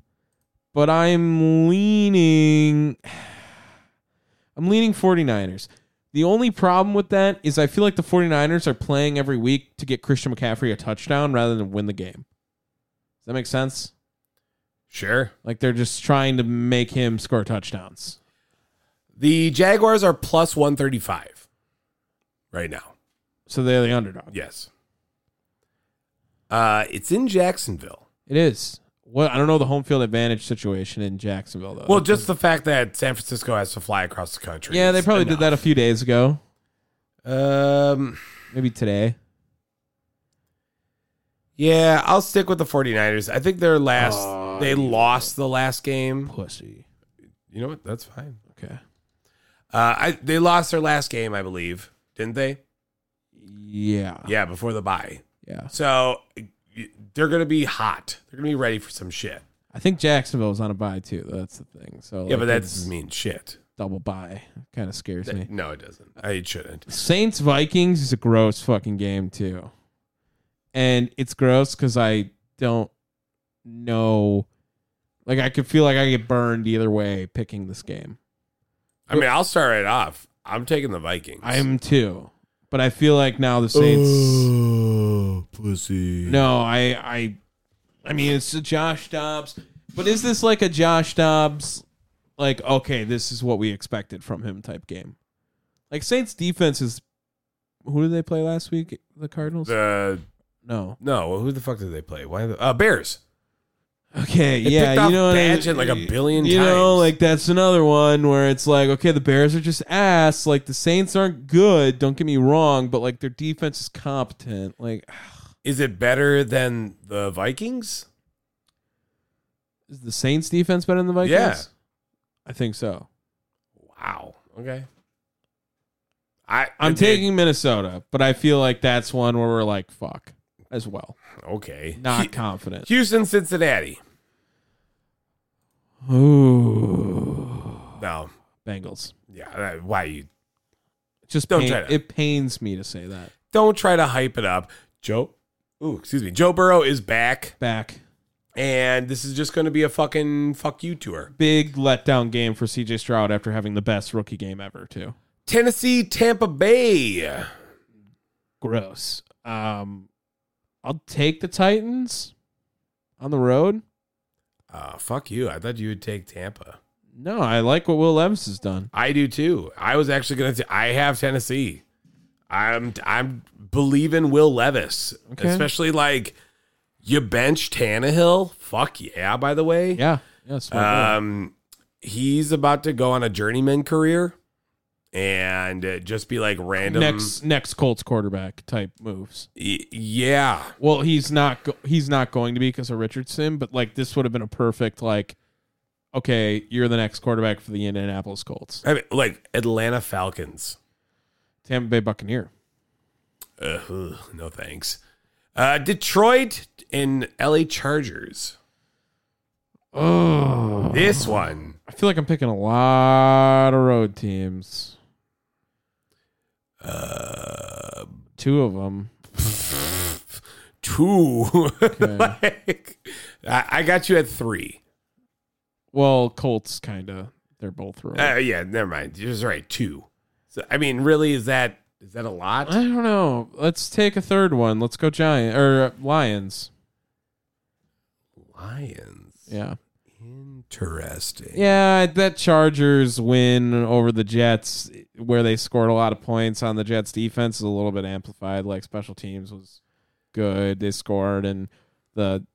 but I'm leaning I'm leaning 49ers. The only problem with that is I feel like the 49ers are playing every week to get Christian McCaffrey a touchdown rather than win the game. Does that make sense?
Sure.
Like they're just trying to make him score touchdowns.
The Jaguars are plus 135 right now.
So they're the underdog.
Yes. Uh, it's in Jacksonville.
It is. What I don't know the home field advantage situation in Jacksonville though.
Well, just the fact that San Francisco has to fly across the country.
yeah, they
is
probably did that a
enough.
few days ago,
Um,
maybe today.
yeah, I'll stick with the 49ers. I think their last,
Oh,
they
you
lost the last game.
Pussy.
You know what? That's fine.
Okay.
Uh, I, they lost their last game, I believe, didn't they?
Yeah.
Yeah, before the bye.
Yeah.
So y- they're going to be hot. They're going to be ready for some shit.
I think Jacksonville was on a bye too. That's the thing. So
yeah, but that
like,
doesn't mean shit.
double bye. Kind of scares me. Uh,
That- no, it doesn't. I it shouldn't.
Saints Vikings is a gross fucking game too, and it's gross because I don't know. Like I could feel like I get burned either way picking this game.
I mean, I'll start right off. I'm taking the Vikings.
I am too, but I feel like now the Saints.
pussy.
No, I, I, I mean it's a Josh Dobbs, but is this like a Josh Dobbs? Like okay, this is what we expected from him type game. Like Saints defense is. Who did they play last week? The Cardinals?
The
no.
no, who the fuck did they play? Why the uh, Bears?
Okay,
They
yeah,
picked
you
off
know what I
Badgett like a billion
You know,
times.
like that's another one where it's like, okay, the Bears are just ass. Like the Saints aren't good. Don't get me wrong, but like their defense is competent. Like, *sighs*
Is it better than the Vikings?
is the Saints defense better than the Vikings?
Yeah.
I think so.
Wow. Okay. I
I'm
they-
taking Minnesota, but I feel like that's one where we're like, fuck, as well.
okay.
Not
Hu-
confident.
Houston, Cincinnati.
Ooh,
No.
Bengals.
Yeah. that- Why you
Just
Don't
pain-
try to-
it pains me to say that.
don't try to hype it up. Joe, ooh, excuse me. Joe Burrow is back,
Back.
and this is just going to be a fucking fuck you tour.
Big letdown game for CJ Stroud after having the best rookie game ever, too.
Tennessee, Tampa Bay.
gross. Um, I'll take the Titans on the road.
Uh, fuck you. I thought you would take Tampa.
No, I like what Will Levis has done.
I do too. I was actually going to. I have Tennessee. I'm I'm believing Will Levis,
Okay.
especially like you bench Tannehill. Fuck yeah. By the way,
Yeah, yeah, smart guy.
Um, he's about to go on a journeyman career and uh, just be like random.
next next Colts quarterback type moves.
Y- yeah.
Well, he's not go- he's not going to be because of Richardson, but like this would have been a perfect like, okay, you're the next quarterback for the Indianapolis Colts,
I mean, like Atlanta Falcons.
Tampa Bay Buccaneer.
Uh, ugh, no thanks. Uh, Detroit and LA Chargers.
Oh,
This one.
I feel like I'm picking a lot of road teams.
Uh,
Two of them.
two. *laughs* like, I, I got you at three.
Well, Colts kind of. They're both wrong.
Uh, yeah, never mind. You're just right. Two. So I mean, really, is that is that a lot?
I don't know. Let's take a third one. Let's go Giant or uh, Lions.
Lions.
Yeah.
Interesting.
Yeah, that Chargers win over the Jets, where they scored a lot of points on the Jets defense, is a little bit amplified. Like special teams was good; they scored, and the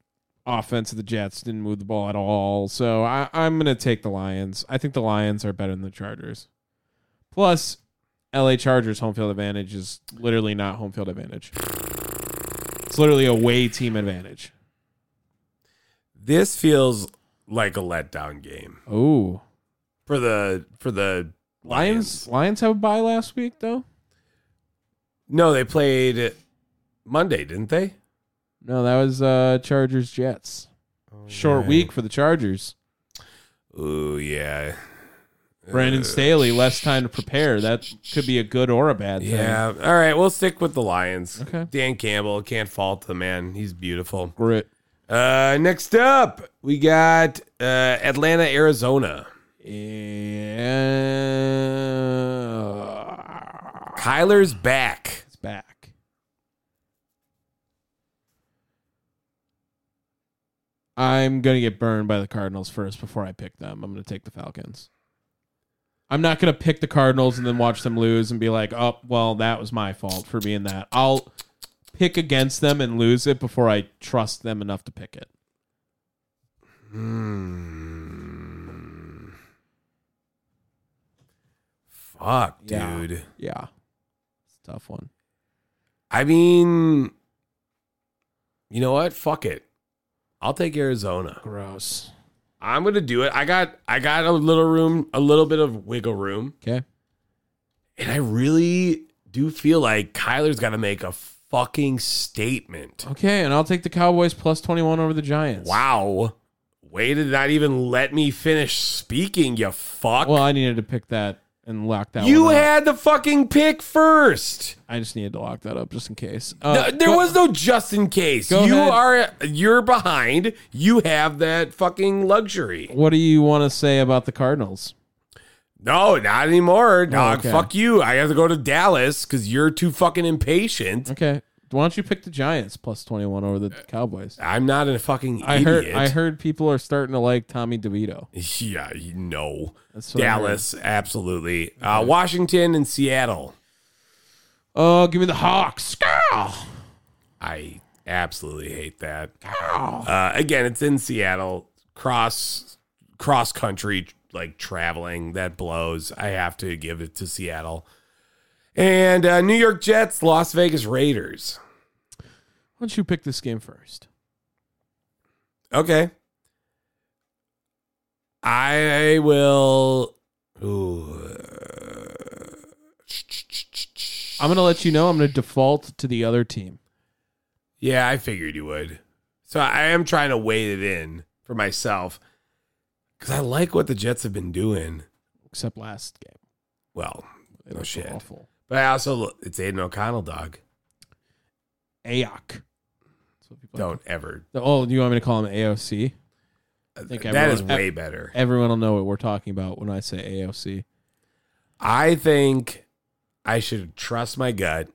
offense of the Jets didn't move the ball at all. So I, I'm gonna take the Lions. I think the Lions are better than the Chargers. Plus, L.A. Chargers home field advantage is literally not home field advantage. It's literally away team advantage.
This feels like a letdown game
Oh,
for the for the
Lions. Lions have a bye last week though.
No, they played Monday, didn't they?
No, that was uh Chargers Jets. Short week for the Chargers.
Ooh, yeah,
Brandon Staley, less time to prepare. That could be a good or a bad thing.
yeah. All right, we'll stick with the Lions.
Okay.
Dan Campbell can't fault the man. He's beautiful.
Grit.
Uh, next up, we got uh, Atlanta, Arizona.
Yeah.
Kyler's back.
It's back. I'm going to get burned by the Cardinals first before I pick them. I'm going to take the Falcons. I'm not going to pick the Cardinals and then watch them lose and be like, oh, well, that was my fault for being that. I'll pick against them and lose it before I trust them enough to pick it.
Hmm. Fuck,
Yeah.
dude.
Yeah. It's a tough one.
I mean, you know what? Fuck it. I'll take Arizona.
Gross.
I'm gonna do it. I got I got a little room, a little bit of wiggle room,
Okay.
and I really do feel like Kyler's got to make a fucking statement.
Okay. And I'll take the Cowboys plus 21 over the Giants.
Wow, way to not even let me finish speaking. You fuck.
Well, I needed to pick that and lock that
you
one uh, up.
had the fucking pick first.
I just needed to lock that up just in case.
No, there
Uh, go-
was no just in case.
Go
you
ahead.
are you're behind. You have that fucking luxury.
What do you want to say about the Cardinals?
No, not anymore, dog.
Oh, okay.
Fuck you. I have to go to Dallas because you're too fucking impatient.
Okay. Why don't you pick the Giants plus 21 over the Cowboys?
I'm not a fucking
I
Uh, idiot.
heard I heard people are starting to like Tommy DeVito.
*laughs* Yeah, you know.
That's what I heard.
Dallas, absolutely. Uh, Washington and Seattle.
Oh, give me the Hawks. Scowl.
I absolutely hate that. Uh, again, it's in Seattle. Cross cross country like traveling that blows. I have to give it to Seattle. And uh, New York Jets, Las Vegas Raiders.
Why don't you pick this game first?
Okay. I will. Ooh.
I'm going to let you know I'm going to default to the other team.
Yeah, I figured you would. So I am trying to weigh it in for myself because I like what the Jets have been doing.
except last game.
Well,
It
no
was
shit.
awful.
But I also, it's Aiden O'Connell, dog.
AOC. That's what people
Don't ever. uh,
Oh, you want me to call him AOC? think
That is
everyone-
way better.
Everyone will know what we're talking about when I say AOC.
I think I should trust my gut,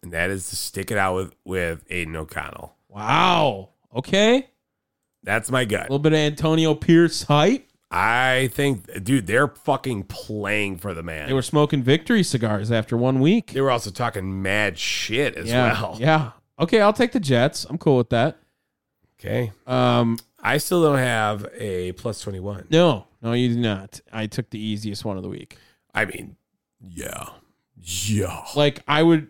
and that is to stick it out with, with Aiden O'Connell.
Wow. Okay.
That's my
A
gut.
little bit of Antonio Pierce hype.
I think, dude, they're fucking playing for the man.
They were smoking victory cigars after one week.
They were also talking mad shit as
yeah.
well.
Yeah. Okay, I'll take the Jets. I'm cool with that.
Okay.
Um,
I still don't have a plus 21.
no, no, you do not. I took the easiest one of the week.
I mean, yeah. Yeah.
Like I would,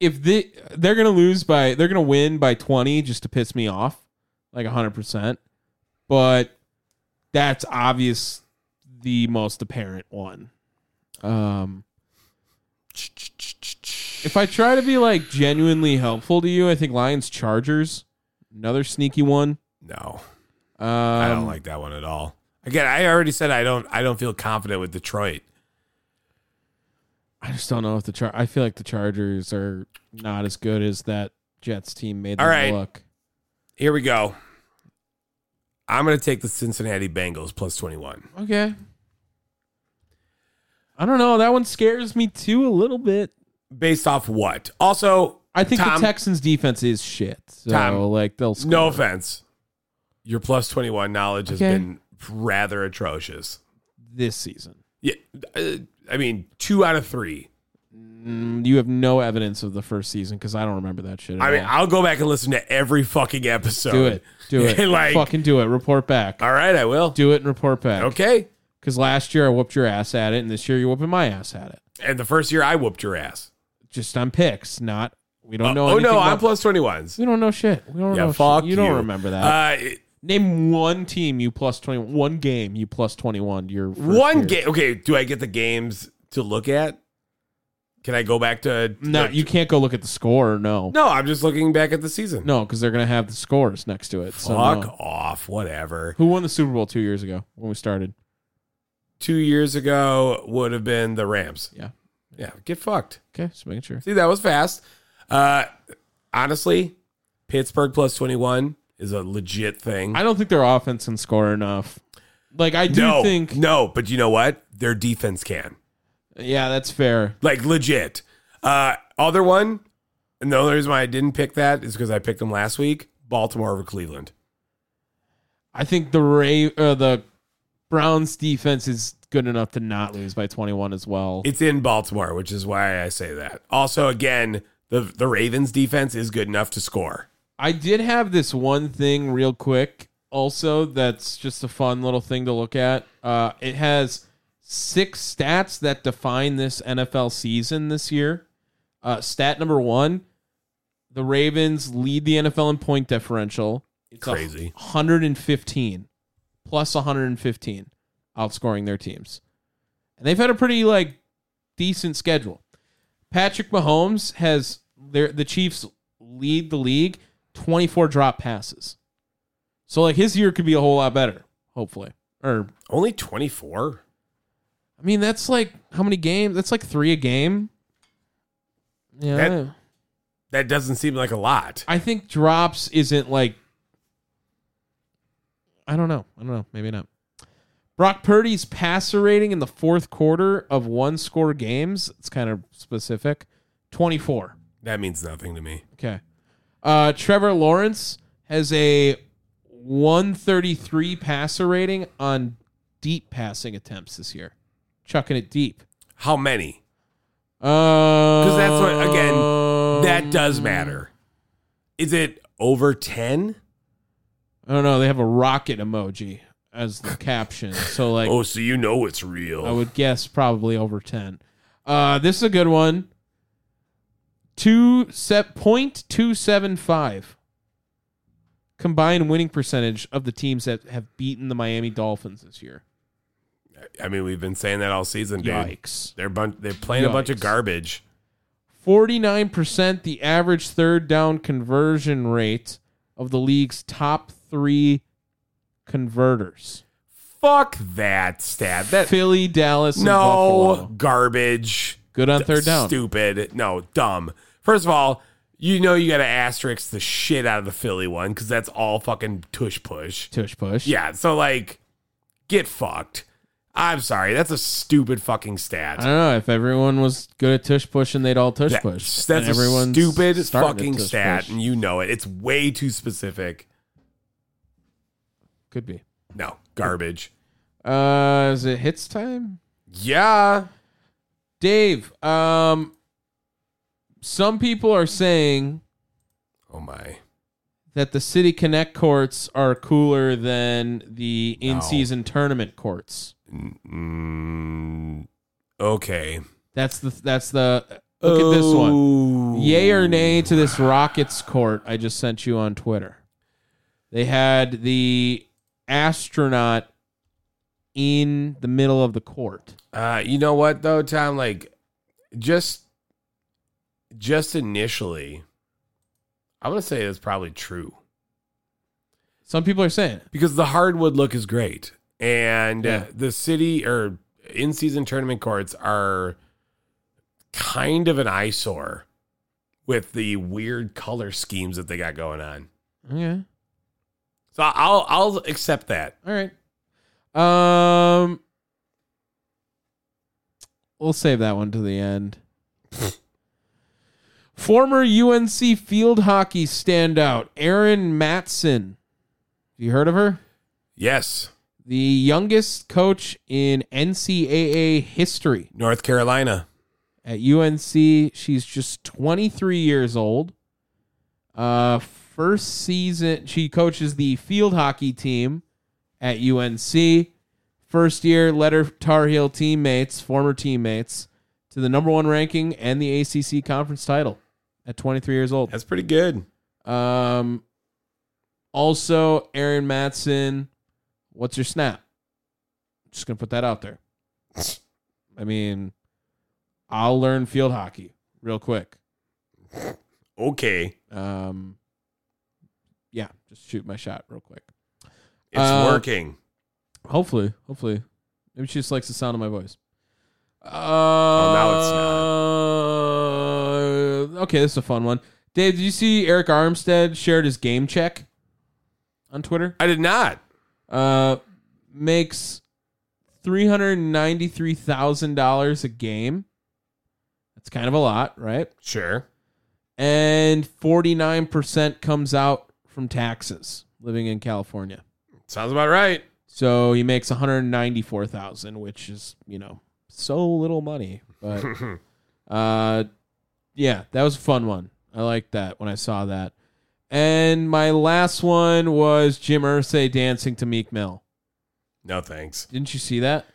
if they they're gonna lose by they're gonna win by twenty just to piss me off, like hundred percent. But that's obvious, the most apparent one. Um, if I try to be like genuinely helpful to you, I think Lions Chargers, another sneaky one.
No.
Um,
I don't like that one at all. Again, I already said I don't I don't feel confident with Detroit.
I just don't know if the char. I feel like the Chargers are not as good as that Jets team made them
All right.
look.
Here we go. I'm going to take the Cincinnati Bengals plus 21.
Okay. I don't know. That one scares me too a little bit.
Based off what? Also,
I think
Tom,
the Texans defense is shit. So
Tom,
like they'll score.
No offense. Your plus 21 knowledge has
Okay.
been rather atrocious.
this season.
Yeah. uh, I mean, two out of three.
Mm, You have no evidence of the first season because I don't remember that shit. At
I mean,
all.
I'll go back and listen to every fucking episode.
do it,
*laughs*
do it,
like,
fucking do it. Report back.
all right, I will.
Do it and report back.
Okay.
Because last year I whooped your ass at it, and this year you're whooping my ass at it.
And the first year I whooped your ass.
Just on picks, not we don't
Oh,
know.
oh,
anything
no,
about-
I'm plus 21s.
We don't know shit. We don't
Yeah,
know.
fuck
shit. You don't remember that.
Uh, it-
Name one team you plus twenty one. One game you plus twenty one. Your first
one
year.
game. Okay, do I get the games to look at? Can I go back to
No,
to-
you can't go look at the score. No,
No, I'm just looking back at the season.
no, because they're gonna have the scores next to it. So
fuck
no.
off. Whatever.
Who won the Super Bowl two years ago when we started?
Two years ago would have been the Rams.
Yeah.
Yeah, get fucked.
Okay, just making sure.
See, that was fast. Uh, honestly, Pittsburgh plus 21 is a legit thing.
I don't think their offense can score enough. Like I do
no,
think.
no, but you know what? Their defense can.
Yeah, that's fair.
Like legit. Uh other one, and the only reason why I didn't pick that is because I picked them last week. Baltimore over Cleveland.
I think the Ray uh, the Browns defense is good enough to not lose by twenty one as well.
It's in Baltimore, which is why I say that. Also, again, the the Ravens defense is good enough to score.
I did have this one thing real quick, also that's just a fun little thing to look at. Uh, it has six stats that define this NFL season this year. Uh, stat number one: the Ravens lead the NFL in point differential. It's a
Crazy.
115 plus 115 outscoring their teams. And they've had a pretty like decent schedule. Patrick Mahomes has their the Chiefs lead the league 24 drop passes. So like his year could be a whole lot better, hopefully. Or
Only twenty four.
I mean that's like how many games? That's like 3 a game. Yeah.
That- That doesn't seem like a lot.
I think drops isn't like. I don't know. I don't know. Maybe not. Brock Purdy's passer rating in the fourth quarter of one score games. It's kind of specific. 24.
That means nothing to me.
Okay. Uh, Trevor Lawrence has a 133 passer rating on deep passing attempts this year, chucking it deep.
How many?
Because
that's what- again, That does matter. Is it over ten?
Oh. I don't know. They have a rocket emoji as the caption. So like,
*laughs* Oh, so you know it's real.
I would guess probably over ten. Uh, this is a good one. Two set point two seven five combined winning percentage of the teams that have beaten the Miami Dolphins this year.
I mean, we've been saying that all season, dude.
Yikes!
They're bun- they're playing a bunch of
Yikes.
garbage.
Forty nine percent the average third down conversion rate of the league's top three converters.
Fuck that stat. That
Philly, Dallas, and
no
Buffalo.
garbage.
Good on third down.
Stupid. No, dumb. First of all, you know you got to asterisk the shit out of the Philly one because that's all fucking tush push.
Tush push.
Yeah. So like, get fucked. I'm sorry. That's a stupid fucking
I
stat.
don't know if everyone was good at tush pushing, they'd all tush
That-
push.
That's
And
a
everyone's
stupid
starting at
fucking
tush
stat,
push.
and you know it. It's way too specific.
Could be.
No,
*laughs*
garbage.
Uh, is it hits time?
Yeah.
Dave, um, some people are saying
Oh my.
that the City Connect courts are cooler than the in season tournament courts.
Mm, okay.
That's the, that's the, look at this one. Yay or nay to this Rockets court I just sent you on Twitter. They had the astronaut in the middle of the court.
Uh, you know what though, Tom? Like, just, just initially, I'm gonna say it's probably true
Some people are saying it.
because the hardwood look is great, and
Yeah.
the city or in-season tournament courts are kind of an eyesore with the weird color schemes that they got going on.
Yeah.
So I'll I'll accept that.
All right. Um, we'll save that one to the end. Former UNC field hockey standout Erin Matson. You heard of her?
Yes,
The youngest coach in NCAA history.
North Carolina.
at UNC. She's just 23 years old. Uh, first season, she coaches the field hockey team at UNC. First year, led her Tar Heel teammates, former teammates, to the number one ranking and the ACC conference title at 23 years old.
That's pretty good.
Um, also, Aaron Matson, what's your snap? Just gonna put that out *laughs* there. I mean, I'll learn field hockey real quick.
Okay,
Um, yeah, just shoot my shot real quick.
it's
Uh,
working.
Hopefully, hopefully, maybe she just likes the sound of my voice. Uh,
now
it's not. Uh, Okay, this is a fun one. Dave, did you see Eric Armstead shared his game check on Twitter?
I did not.
uh, makes three hundred ninety three thousand dollars a game. That's kind of a lot, right?
Sure.
And forty nine percent comes out from taxes living in California.
Sounds about right.
So he makes one hundred ninety four thousand, which is you know so little money, but uh, yeah, that was a fun one. I liked that when I saw that. And my last one was Jim Irsay dancing to Meek Mill.
No thanks.
Didn't you see that?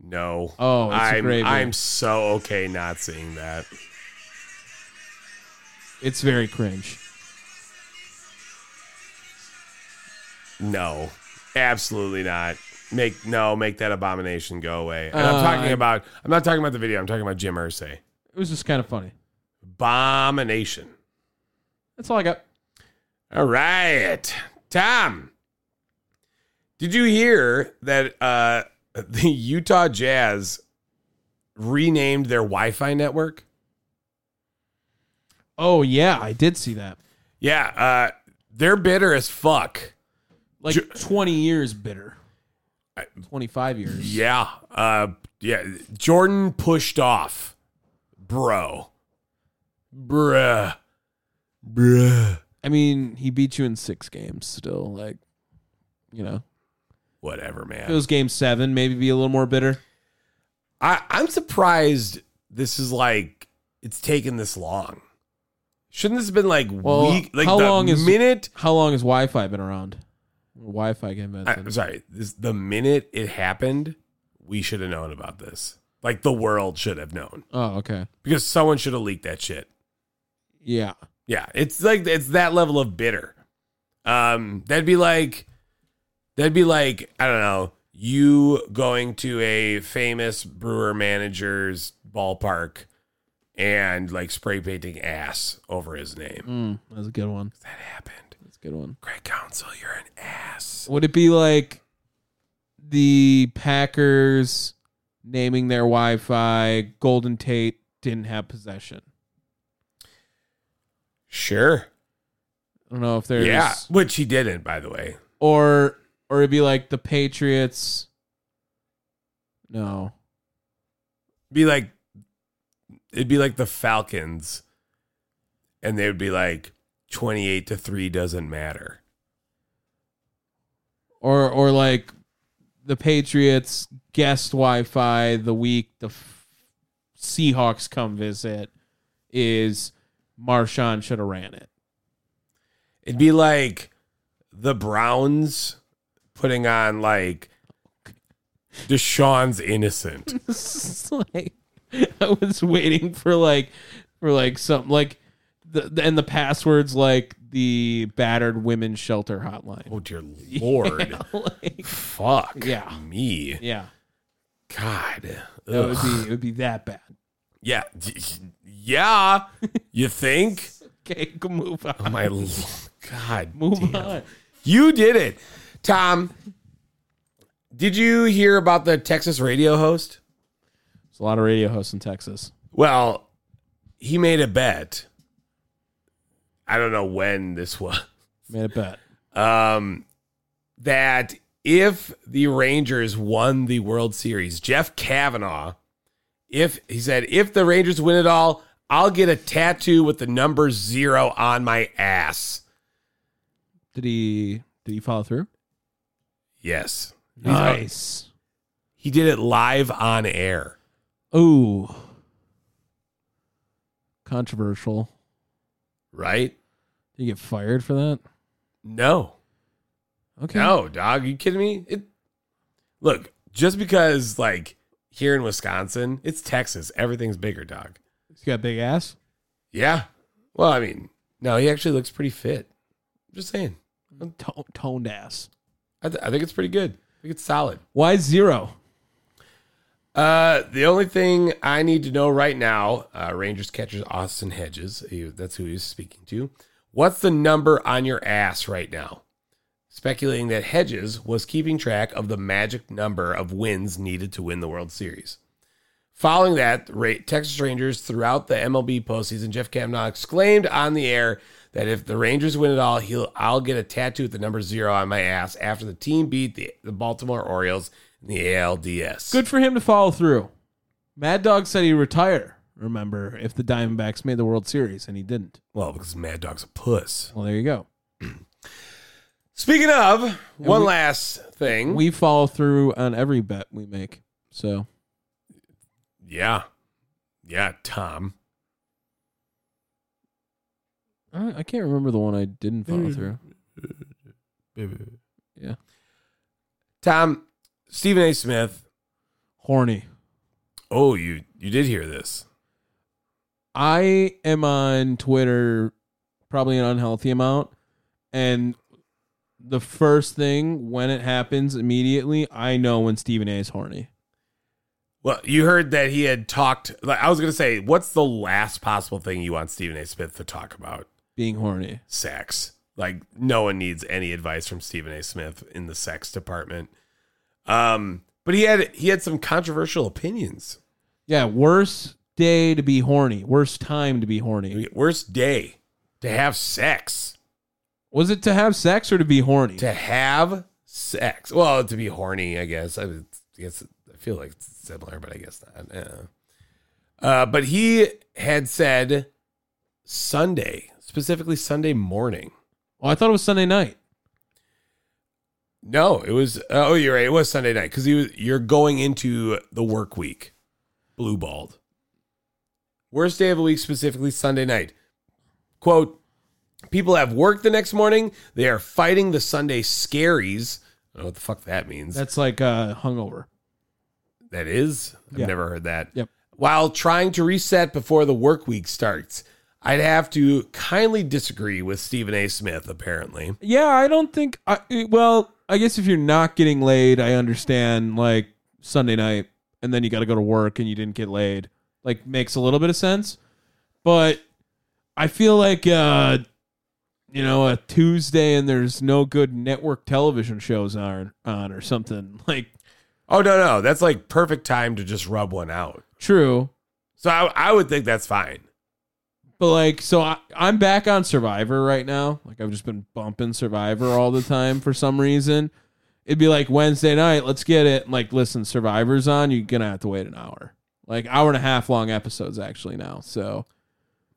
No.
Oh, it's a
I'm
great
I'm
one.
so okay not seeing that.
It's very cringe.
No, absolutely not. Make no, make that abomination go away. And
Uh,
I'm talking
I-
about. I'm not talking about the video. I'm talking about Jim Irsay.
It was just kind of funny.
Abomination.
That's all I got.
All right, Tom. Did you hear that uh, *laughs* the Utah Jazz renamed their Wi-Fi network?
Oh yeah, I did see that.
Yeah, uh, they're bitter as fuck.
Like
Ju-
twenty years bitter. Twenty five years.
Yeah, uh, yeah. Jordan pushed off, bro, bruh, bruh.
I mean, he beat you in six games. Still, like, you know,
Whatever, man.
if it was game seven, maybe be a little more bitter.
I, I'm surprised this is like it's taken this long. Shouldn't this have been like
Well,
week? Like
how
the
long is-
minute?
How long has Wi Fi been around? Wi Fi get invented.
I'm sorry. This, the minute it happened, we should have known about this. Like the world should have known
oh, okay.
because someone should have leaked that shit.
Yeah.
Yeah, it's like it's that level of bitter. Um, that'd be like, that'd be like I don't know, you going to a famous brewer manager's ballpark and like spray painting ass over his name.
Mm, that's a good one.
That happened.
That's a good one.
Great counsel, you're an ass.
Would it be like the Packers naming their Wi Fi Golden Tate didn't have possession?
Sure.
I don't know if there's
yeah, which he didn't, by the way.
or or it'd be like the Patriots. No,
Be like, it'd be like the Falcons, and they would be like, twenty-eight to three doesn't matter.
or or like the Patriots guest Wi-Fi the week the f- Seahawks come visit is Marshawn should have ran it.
It'd be like the Browns putting on like Deshaun's innocent.
It's *laughs* like I was waiting for like for like something like the, the and the passwords like the battered women's shelter hotline. *laughs*
Oh dear lord.
like,
Fuck.
Yeah.
Me.
yeah,
God.
that would
Ugh.
be it would be that bad. *laughs*
yeah. Yeah. You think?
Okay, go move on.
Oh my l-
*laughs*
God.
Move
Oh, damn.
on.
You did it. Tom, did you hear about the Texas radio host?
There's a lot of radio hosts in Texas.
Well, he made a bet I don't know when this was.
Made a bet.
um, that if the Rangers won the World Series, Jeff Kavanaugh, if he said, if the Rangers win it all, I'll get a tattoo with the number zero on my ass.
Did he? Did he follow through?
Yes. He did it live on air.
Ooh. Controversial.
Right?
Did you get fired for that?
No.
Okay.
No, dog. You kidding me? It, look, just because, like, here in Wisconsin, it's Texas. Everything's bigger, dog.
He's got a big ass.
Yeah. Well, I mean, no, he actually looks pretty fit. I'm just saying. Mm.
To- toned ass.
I, th- I think it's pretty good. I think it's solid.
Why zero?
Uh, the only thing I need to know right now, uh, Rangers catcher Austin Hedges. He, that's who he was speaking to. What's the number on your ass right now? Speculating that Hedges was keeping track of the magic number of wins needed to win the World Series. Following that, Ra- Texas Rangers throughout the MLB postseason, Jeff Kavanaugh exclaimed on the air that if the Rangers win it all, he'll I'll get a tattoo with the number zero on my ass after the team beat the, the Baltimore Orioles in the ALDS.
Good for him to follow through. Mad Dog said he'd retire. Remember, if the Diamondbacks made the World Series, and he didn't.
Well, because Mad Dog's a puss.
Well, there you go.
Speaking of, one
we-
last thing.
We follow through on every bet we make. So
yeah. Yeah, Tom.
I I can't remember the one I didn't follow through. Yeah,
Tom, Stephen A. Smith.
horny.
Oh, you you did hear this.
I am on Twitter probably an unhealthy amount. And the first thing when it happens immediately, I know when Stephen A is horny.
Well, you heard that he had talked like I was gonna say, what's the last possible thing you want Stephen A. Smith to talk about?
Being horny.
Sex. Like no one needs any advice from Stephen A. Smith in the sex department. Um, but he had he had some controversial opinions.
Yeah, worst day to be horny. Worst time to be horny.
Worst day to have sex.
Was it to have sex or to be horny?
to have sex. Well, to be horny, I guess. I, would- I guess I feel like it's similar, but I guess not. Uh, uh, but he had said Sunday, specifically Sunday morning.
Well, I thought it was Sunday night.
No, it was. oh, you're right. It was Sunday night because you you're going into the work week. Blue balled. Worst day of the week, specifically Sunday night. Quote: People have work the next morning. They are fighting the Sunday scaries. I don't know what the fuck that means.
That's like uh hungover.
That is. I've
Yeah.
never heard that.
Yep.
While trying to reset before the work week starts, I'd have to kindly disagree with Stephen A. Smith, apparently.
Yeah, I don't think I well, I guess if you're not getting laid, I understand like Sunday night and then you got to go to work and you didn't get laid. Like makes a little bit of sense. But I feel like uh you know, a Tuesday and there's no good network television shows on on or something. Like
Oh, no, no. That's like perfect time to just rub one out.
true.
So I, I would think that's fine.
But like, so I, I'm back on Survivor right now. Like, I've just been bumping Survivor all the time for some reason. It'd be like Wednesday night, let's get it. Like, listen, Survivor's on. You're gonna have to wait an hour, like hour and a half long episodes actually now. So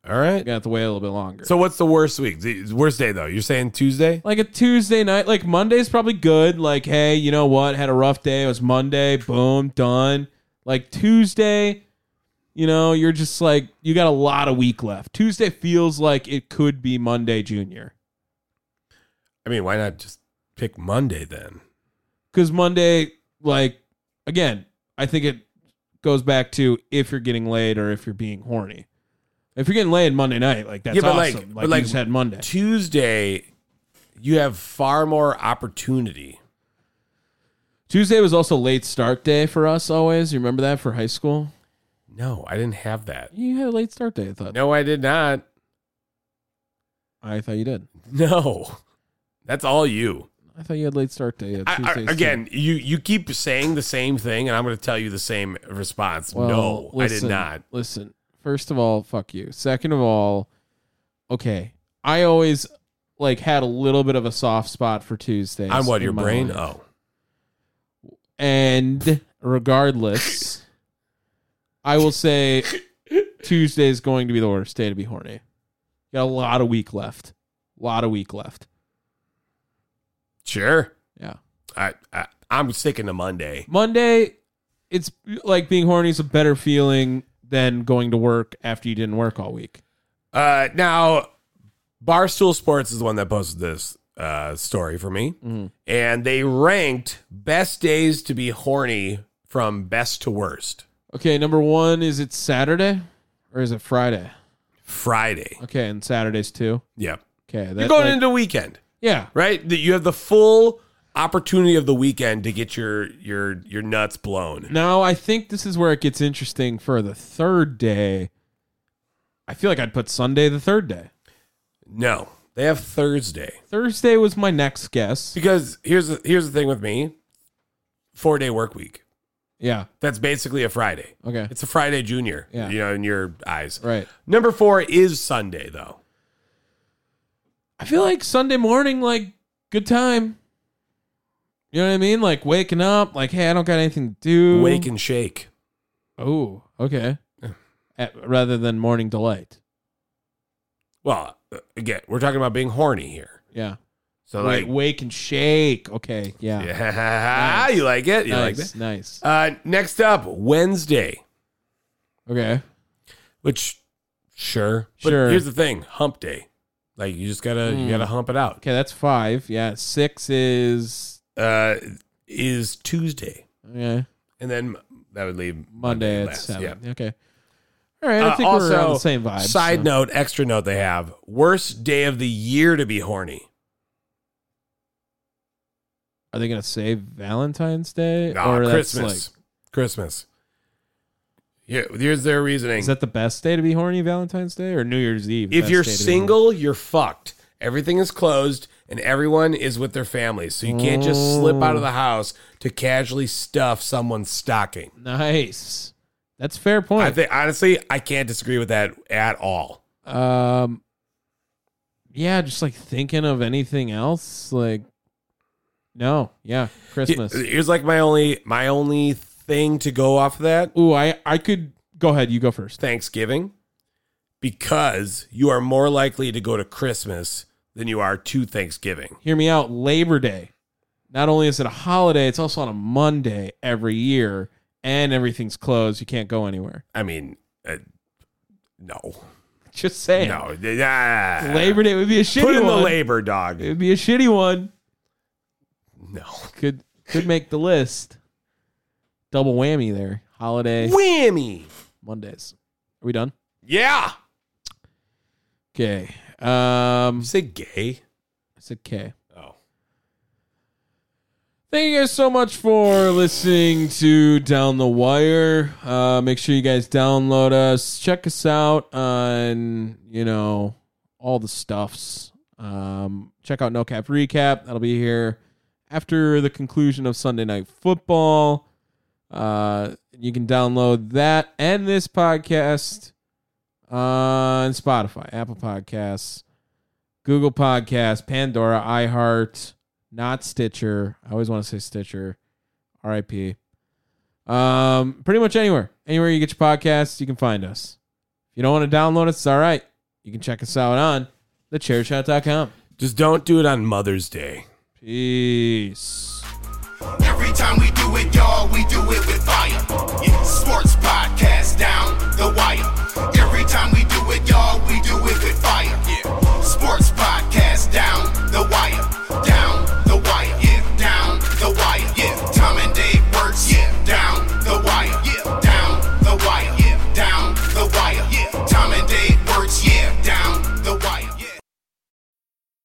All right.
you're gonna have to wait a little bit longer.
So what's the worst week? The worst day, though? You're saying Tuesday?
like a Tuesday night, like Monday's probably good. Like, hey, you know what? Had a rough day. It was Monday. Boom, done. Like Tuesday, you know, you're just like you got a lot of week left. Tuesday feels like it could be Monday Junior.
I mean, why not just pick Monday then?
because Monday, like again, I think it goes back to if you're getting laid or if you're being horny. If you're getting laid Monday night, like that's
Yeah, but, like-
awesome. Like,
but,
you
like,
just had Monday.
Tuesday, you have far more opportunity.
Tuesday was also late start day for us always. You remember that for high school?
No, I didn't have that.
You had a late start day, I thought.
No, I did not.
I thought you did.
No. That's all you.
I thought you had late start day. at
I- I-
Tuesdays, too.
again, you you keep saying the same thing, and I'm going to tell you the same response. no, I did
listen,
not.
Listen, first of all, fuck you. Second of all, okay, I always like had a little bit of a soft spot for Tuesdays.
On what
in
your
my
brain?
life.
Oh,
And regardless, I will say Tuesday is going to be the worst day to be horny. Got a lot of week left. A lot of week left.
sure.
Yeah.
I, I I'm sticking to Monday.
Monday, it's like being horny is a better feeling than going to work after you didn't work all week.
Uh, now, Barstool Sports is the one that posted this uh, story for me,
Mm-hmm.
and they ranked best days to be horny from best to worst.
Okay, number one is it Saturday or is it Friday?
Friday.
Okay, and Saturdays too.
Yep.
Okay, that,
You're going
like-
into the weekend,
yeah.
right? That you have the full opportunity of the weekend to get your your your nuts blown.
Now I think this is where it gets interesting for the third day. I feel like I'd put Sunday the third day.
No, they have Thursday
Thursday was my next guess.
because here's the, here's the thing with me: four day work week.
Yeah.
That's basically a Friday.
Okay.
It's a Friday Junior.
Yeah.
You know, in your eyes.
Right.
Number four is Sunday though.
I feel like Sunday morning, like good time. You know what I mean? Like waking up, like hey, I don't got anything to do.
Wake and shake.
Oh, okay. At, rather than morning delight.
Well, uh, again, we're talking about being horny here.
Yeah.
So
Wait,
like,
wake and shake. Okay. Yeah.
yeah, *laughs* you like it. You like
Nice.
that.
nice.
Uh, next up, Wednesday.
Okay.
Which, sure, but
Sure. Mm.
Here's the thing: hump day. Like you just gotta you gotta hump it out.
Okay, that's five. Yeah. Six is
Uh, is Tuesday,
yeah.
and then that would leave
Monday at
last.
seven.
Yeah.
Okay. All right. I
Uh,
think we're on the same vibe.
Side
so-
note, extra note they have worst day of the year to be horny.
Are they gonna say Valentine's Day
Ah,
that's
Christmas. Christmas. Here, here's their reasoning.
Is that the best day to be horny, Valentine's Day or New Year's Eve?
if
best
you're
day to be
single, you're fucked. Everything is closed and everyone is with their families. So you can't just slip out of the house to casually stuff someone's stocking.
horny? Nice. That's a fair point.
I think honestly, I can't disagree with that at all.
um, yeah, just like thinking of anything else, like no, yeah, Christmas.
Here's like my only my only thing to go off of that.
Ooh, I I could go ahead. You go first.
Thanksgiving because you are more likely to go to Christmas than you are to Thanksgiving.
Hear me out. Labor Day. Not only is it a holiday, it's also on a Monday every year, and everything's closed. You can't go anywhere. *laughs*
I mean, uh, no,
Just saying.
no, ah.
Labor Day would be a shitty
Put in
one.
the labor, dog.
It would be a shitty one.
No.
Could could make the list. Double whammy there. Holiday
Whammy.
Mondays. Are we done?
Yeah.
Okay. Um.
You say gay?
It's okay.
Oh.
Thank you guys so much for listening to Down the Wire. Uh, make sure you guys download us. Check us out on, you know, all the stuffs. Um, check out No Cap Recap. That'll be here after the conclusion of Sunday Night Football. Uh, you can download that and this podcast on Spotify, Apple Podcasts, Google Podcasts, Pandora, iHeart, not Stitcher. I always want to say Stitcher. RIP. Um, pretty much anywhere. Anywhere you get your podcasts, you can find us. If you don't want to download us, it's all right. You can check us out on thechairshot.com.
Just don't do it on Mother's Day.
Peace.
Every time we do it, y'all, we do it with fire. Yeah. Sports podcast down the wire. Every time we do it, y'all, we do it with fire. Yeah. Sports podcast down the wire. Down the wire. Yeah. Down the wire. Yeah. Tom and Dave works. Yeah. Down the wire. Yeah. Down the wire. Yeah. Down the wire. Yeah. Tom and Dave works. Yeah. Down the wire. Yeah.